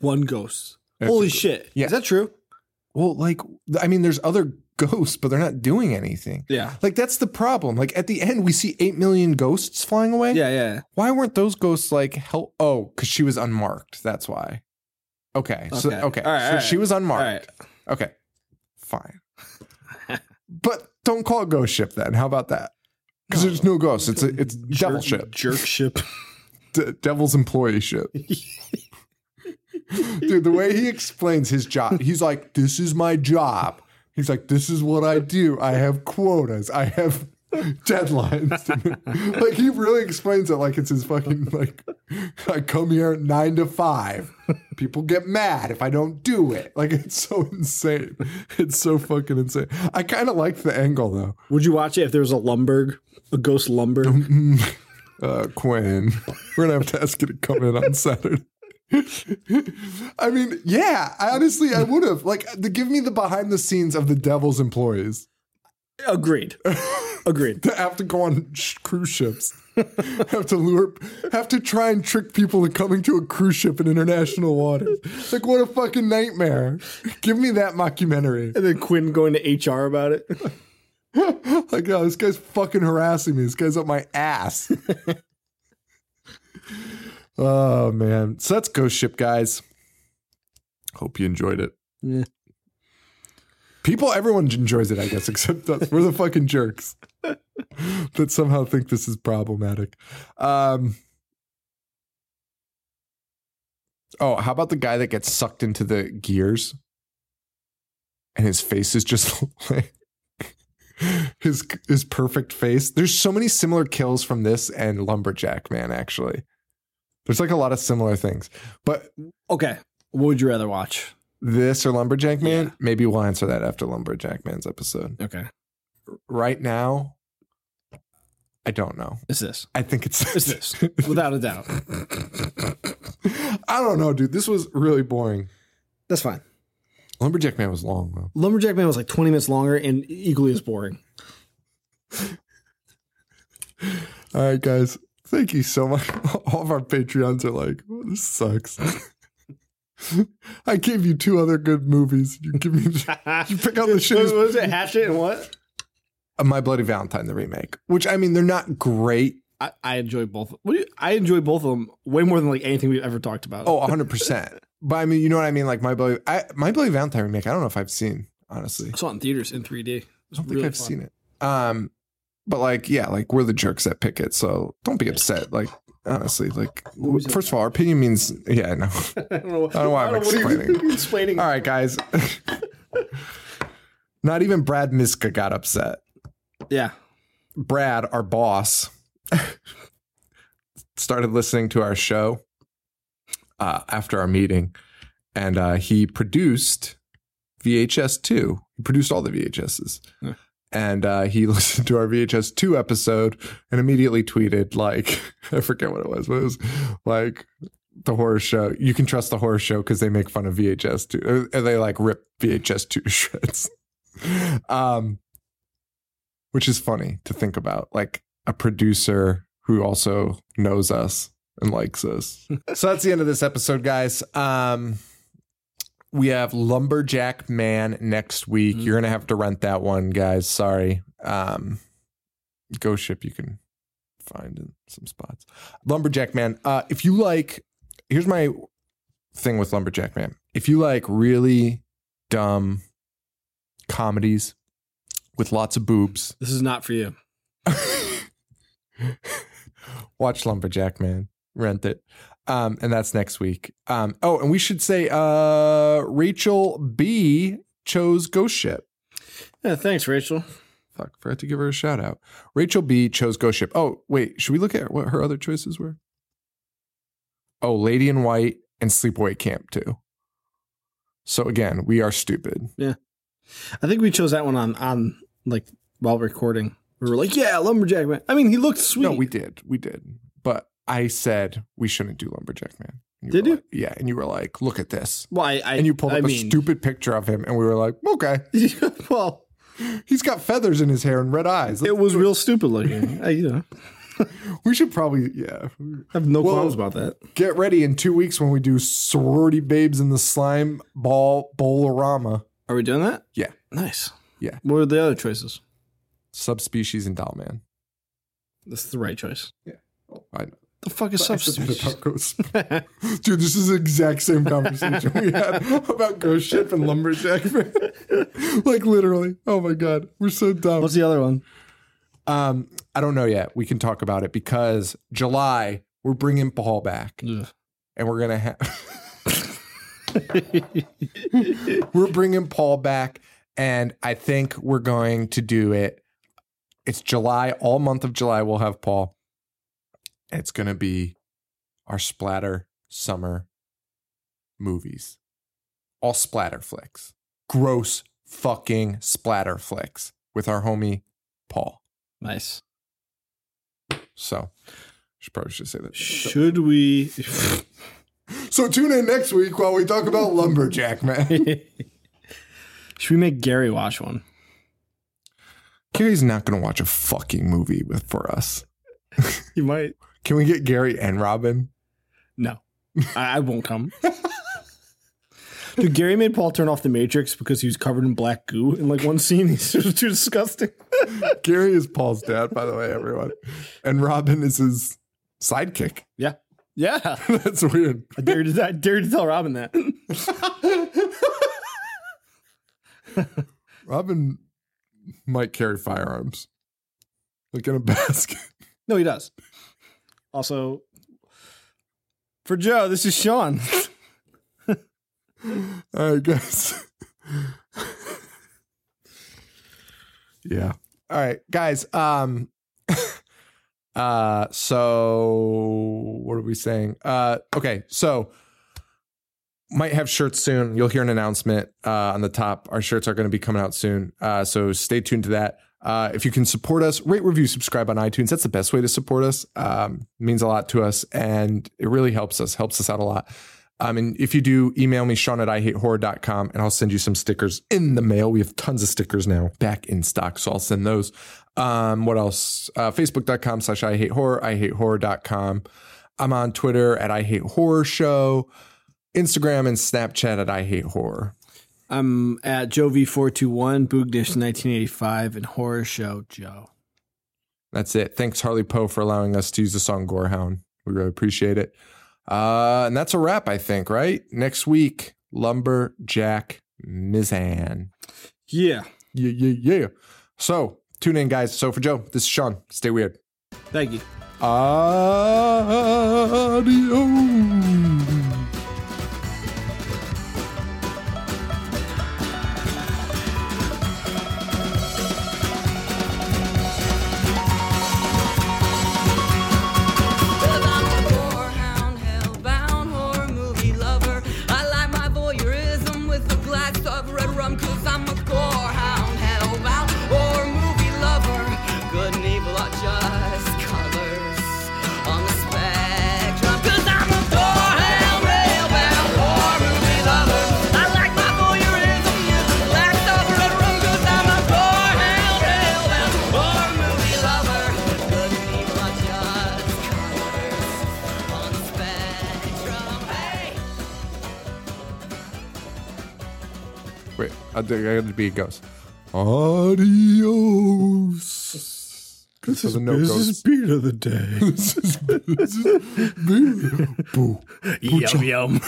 [SPEAKER 3] one ghost.
[SPEAKER 1] That's
[SPEAKER 3] Holy
[SPEAKER 1] a-
[SPEAKER 3] shit!
[SPEAKER 1] yeah.
[SPEAKER 3] Is that true?
[SPEAKER 1] Well, like, I mean, there's other (laughs) ghosts, but they're not doing anything.
[SPEAKER 3] Yeah.
[SPEAKER 1] Like, that's the problem. Like, at the end, we see 8 million ghosts flying away.
[SPEAKER 3] Yeah, yeah.
[SPEAKER 1] Why weren't those ghosts like help? Oh, because she was unmarked. That's why. Okay. So,
[SPEAKER 3] Okay.
[SPEAKER 1] okay.
[SPEAKER 3] All right,
[SPEAKER 1] so
[SPEAKER 3] all right.
[SPEAKER 1] she was
[SPEAKER 3] All
[SPEAKER 1] unmarked.
[SPEAKER 3] right.
[SPEAKER 1] Okay.
[SPEAKER 3] (laughs)
[SPEAKER 1] Fine. but don't call it ghost ship then. How about that? because there's no ghosts. It's a, it's devil ship,
[SPEAKER 3] Jerk ship.
[SPEAKER 1] D- devil's employee ship. Dude, the way he explains his job, he's like, "This is my job." He's like, "This is what I do. I have quotas. I have (laughs) deadlines." (laughs) like he really explains it like it's his fucking like, "I come here at nine to five. People get mad if I don't do it." Like it's so insane. It's so fucking insane. I kind of liked the angle though.
[SPEAKER 4] Would you watch it if there was a Lumberg, a ghost Lumberg?
[SPEAKER 1] uh, Quinn. (laughs) We're gonna have to ask you to come in on Saturday. (laughs) I mean, yeah, I honestly, I would have like to give me the behind the scenes of the devil's employees
[SPEAKER 4] Agreed. Agreed.
[SPEAKER 1] that have to go on sh- cruise ships, (laughs) have to lure, have to try and trick people to coming to a cruise ship in international waters. Like, what a fucking nightmare! Give me that mockumentary.
[SPEAKER 4] And then Quinn going to HR about it.
[SPEAKER 1] (laughs) Like, oh, this guy's fucking harassing me. This guy's up my ass. oh man. So that's Ghost Ship, guys. Hope you enjoyed it.
[SPEAKER 4] Yeah.
[SPEAKER 1] People, everyone enjoys it, I guess, except us. We're the fucking jerks that somehow think this is problematic. Um, oh, how about the guy that gets sucked into the gears and his face is just (laughs) like his his perfect face. There's so many similar kills from this and Lumberjack Man. Actually, there's like a lot of similar things. But
[SPEAKER 3] (laughs) Okay. What would you rather watch?
[SPEAKER 1] this or Lumberjack Man, maybe we'll answer that after Lumberjack Man's episode.
[SPEAKER 3] Okay.
[SPEAKER 1] Right now, I don't know.
[SPEAKER 3] It's this.
[SPEAKER 1] I think it's (laughs)
[SPEAKER 3] It's this. (laughs) Without a doubt.
[SPEAKER 1] I don't know, dude. This was really boring.
[SPEAKER 3] That's fine.
[SPEAKER 1] Lumberjack Man was long though.
[SPEAKER 3] Lumberjack Man was like 20 minutes longer and equally as (laughs) boring.
[SPEAKER 1] All right, guys. Thank you so much. (laughs) All of our Patreons are like, "Well, this sucks. (laughs) I gave you two other good movies. You give me,
[SPEAKER 3] (laughs)
[SPEAKER 1] you pick out the (laughs) shittiest.
[SPEAKER 3] was it? Hatchet and what?
[SPEAKER 1] My Bloody Valentine, the remake, which I mean, they're not great.
[SPEAKER 3] I, I enjoy both. What do you, I enjoy both of them way more than like anything we've ever talked about.
[SPEAKER 1] Oh, 100%. but I mean, you know what I mean? Like, My Bloody, I, My Bloody Valentine remake, I don't know if I've seen, honestly.
[SPEAKER 3] I saw it in theaters in 3D. It was
[SPEAKER 1] I don't think
[SPEAKER 3] really
[SPEAKER 1] I've
[SPEAKER 3] fun.
[SPEAKER 1] seen it. Um, but like, yeah, like we're the jerks that pick it, so don't be upset. Like, honestly, like, w- first of all, our opinion means, yeah, I know.
[SPEAKER 3] (laughs) I don't know, I
[SPEAKER 1] don't know why I'm
[SPEAKER 3] what you're-
[SPEAKER 1] explaining.
[SPEAKER 3] (laughs) you're explaining.
[SPEAKER 1] All right, guys. (laughs) Not even Brad Miska got upset.
[SPEAKER 3] Yeah.
[SPEAKER 1] Brad, our boss, (laughs) started listening to our show uh, after our meeting, and uh, he produced VHS two. He produced all the VHSs,
[SPEAKER 3] Yeah.
[SPEAKER 1] and uh, he (laughs) listened to our VHS two episode and immediately tweeted like, (laughs) I forget what it was, but it was like the horror show. You can trust the horror show because they make fun of VHS two, and they like rip VHS two (laughs) to shreds. Um, which is funny to think about like a producer who also knows us and likes us (laughs) so that's the end of this episode guys um we have lumberjack man next week you're gonna have to rent that one guys sorry um ghost ship you can find in some spots lumberjack man uh if you like here's my thing with lumberjack man if you like really dumb comedies with lots of boobs
[SPEAKER 3] This is not for you.
[SPEAKER 1] watch lumberjack man rent it um and that's next week um oh and we should say uh rachel b chose ghost ship
[SPEAKER 3] Yeah, thanks, Rachel.
[SPEAKER 1] fuck forgot to give her a shout out rachel b chose ghost ship oh wait should we look at what her other choices were oh lady in white and sleepaway camp too so again we are stupid
[SPEAKER 3] I think we chose that one on on like while recording. We were like, yeah, lumberjack man. I mean, he looked sweet.
[SPEAKER 1] no we did we did but i said we shouldn't do lumberjack man And
[SPEAKER 3] Did
[SPEAKER 1] were
[SPEAKER 3] you?
[SPEAKER 1] like- yeah and you were like look at this
[SPEAKER 3] Well, I, I
[SPEAKER 1] and you pulled
[SPEAKER 3] I
[SPEAKER 1] up
[SPEAKER 3] mean-
[SPEAKER 1] a stupid picture of him, and we were like, okay,
[SPEAKER 3] (laughs) well,
[SPEAKER 1] he's got feathers in his hair and red eyes.
[SPEAKER 3] it was real stupid
[SPEAKER 1] (laughs)
[SPEAKER 3] looking. I, you know,
[SPEAKER 1] We should probably, yeah,
[SPEAKER 3] I have no
[SPEAKER 1] Well-
[SPEAKER 3] qualms about that.
[SPEAKER 1] get ready in two weeks when we do sorority babes in the slime ball bolorama.
[SPEAKER 3] Are we doing that?
[SPEAKER 1] Yeah,
[SPEAKER 3] Nice.
[SPEAKER 1] Yeah.
[SPEAKER 3] What are the other choices?
[SPEAKER 1] subspecies and doll man.
[SPEAKER 3] That's the right choice.
[SPEAKER 1] I
[SPEAKER 3] The fuck is substance?
[SPEAKER 1] about ghost.
[SPEAKER 3] (laughs)
[SPEAKER 1] Dude, this is the exact same conversation we had about ghost ship and lumberjack. like literally. Oh my god, we're so dumb.
[SPEAKER 3] What's the other one?
[SPEAKER 1] Um, I don't know yet. We can talk about it because July we're bringing Paul back,
[SPEAKER 3] Ugh.
[SPEAKER 1] and we're gonna have (laughs) we're bringing Paul back, and I think we're going to do it. It's July, all month of July. We'll have Paul. It's gonna be our splatter summer movies, all splatter flicks, gross fucking splatter flicks with our homie Paul.
[SPEAKER 3] (laughs) Nice.
[SPEAKER 1] So, should probably should say that.
[SPEAKER 3] (laughs) Should we?
[SPEAKER 1] So tune in next week while we talk about lumberjack man. (laughs)
[SPEAKER 3] Should we make Gary watch one?
[SPEAKER 1] Gary's not going to watch a fucking movie with for us.
[SPEAKER 3] He might.
[SPEAKER 1] Can we get Gary and Robin?
[SPEAKER 3] No, I, I won't come. (laughs) Dude, Gary made Paul turn off the Matrix because he was covered in black goo in like one scene. (laughs) He's just too disgusting.
[SPEAKER 1] Gary is Paul's dad, by the way, everyone, and Robin is his sidekick. (laughs)
[SPEAKER 3] Yeah. Yeah.
[SPEAKER 1] That's weird.
[SPEAKER 3] (laughs) I dare to, I dare to tell Robin (laughs) that.
[SPEAKER 1] Robin might carry firearms, like in a (laughs) basket.
[SPEAKER 3] No, he does. Also, for Joe, this is Sean.
[SPEAKER 1] All right, guys. (laughs) yeah. All right, guys. Um (laughs) uh so what are we saying? Uh okay, so might have shirts soon. You'll hear an announcement uh on the top. Our shirts are going to be coming out soon. Uh so stay tuned to that. Uh, if you can support us, rate, review, subscribe on iTunes. That's the best way to support us. Um, it means a lot to us, and it really helps us. Helps us out a lot. Um, and if you do, email me, Sean at IHateHorror.com, and I'll send you some stickers in the mail. We have tons of stickers now back in stock, so I'll send those. Um, what else? Uh, Facebook.com slash I Hate Horror, IHateHorror.com. I'm on Twitter at I Hate Horror Show, Instagram and Snapchat at I Hate Horror.
[SPEAKER 3] (laughs) I'm at Joe V421, Boogdish 1985, and Horror Show Joe.
[SPEAKER 1] That's it. Thanks, Harley Poe, for allowing us to use the song Gorehound. We really appreciate it. Uh, and that's a wrap, I think, right? Next week, Lumberjack Mizan.
[SPEAKER 3] Yeah.
[SPEAKER 1] Yeah, yeah, yeah. So tune in, guys. So for Joe, this is Sean. Stay weird.
[SPEAKER 3] Thank you.
[SPEAKER 1] Adios.
[SPEAKER 2] Hey!
[SPEAKER 1] Wait, I think I gotta be a ghost. Adios. This is no
[SPEAKER 4] this is
[SPEAKER 1] ghost.
[SPEAKER 4] beat of the day.
[SPEAKER 1] This is this is boo.
[SPEAKER 3] Yum yum.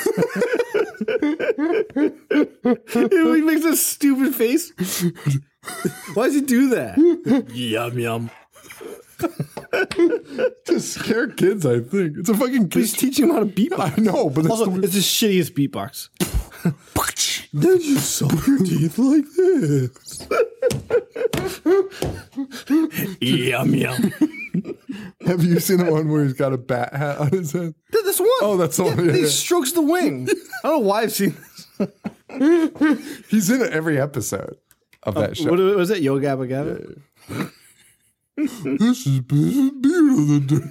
[SPEAKER 3] he makes a stupid (laughs) face. Why does he do that? yum yum.
[SPEAKER 1] To scare kids, I think it's a fucking.
[SPEAKER 3] Please
[SPEAKER 1] Kid.
[SPEAKER 3] teach him how
[SPEAKER 1] (laughs)
[SPEAKER 3] to
[SPEAKER 1] I
[SPEAKER 3] beatbox.
[SPEAKER 1] know, but that's
[SPEAKER 3] Also,
[SPEAKER 1] the
[SPEAKER 3] it's the shittiest beatbox.
[SPEAKER 4] Did you
[SPEAKER 1] (laughs)
[SPEAKER 4] suck your teeth like this?
[SPEAKER 3] (laughs) yum (laughs) yum.
[SPEAKER 1] Have you seen the one where he's got a bat hat on his head?
[SPEAKER 3] This one.
[SPEAKER 1] Oh, that's the
[SPEAKER 3] yeah,
[SPEAKER 1] one, yeah,
[SPEAKER 3] He
[SPEAKER 1] yeah.
[SPEAKER 3] strokes the wing. (laughs) I don't know why I've seen. This.
[SPEAKER 1] He's in every episode of that show.
[SPEAKER 3] Uh, What was it? Yo Gabba Gabba.
[SPEAKER 1] this is beautiful.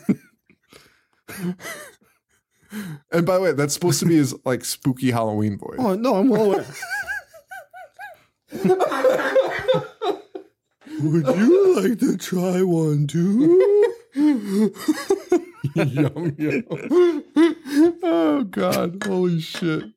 [SPEAKER 1] (laughs) and by the way, that's supposed to be his like spooky Halloween voice.
[SPEAKER 3] Oh no, I'm well aware.
[SPEAKER 4] Would
[SPEAKER 3] (laughs)
[SPEAKER 4] you like to try one
[SPEAKER 1] (laughs)
[SPEAKER 4] too?
[SPEAKER 3] (laughs)
[SPEAKER 1] yum yum. oh God! Holy shit!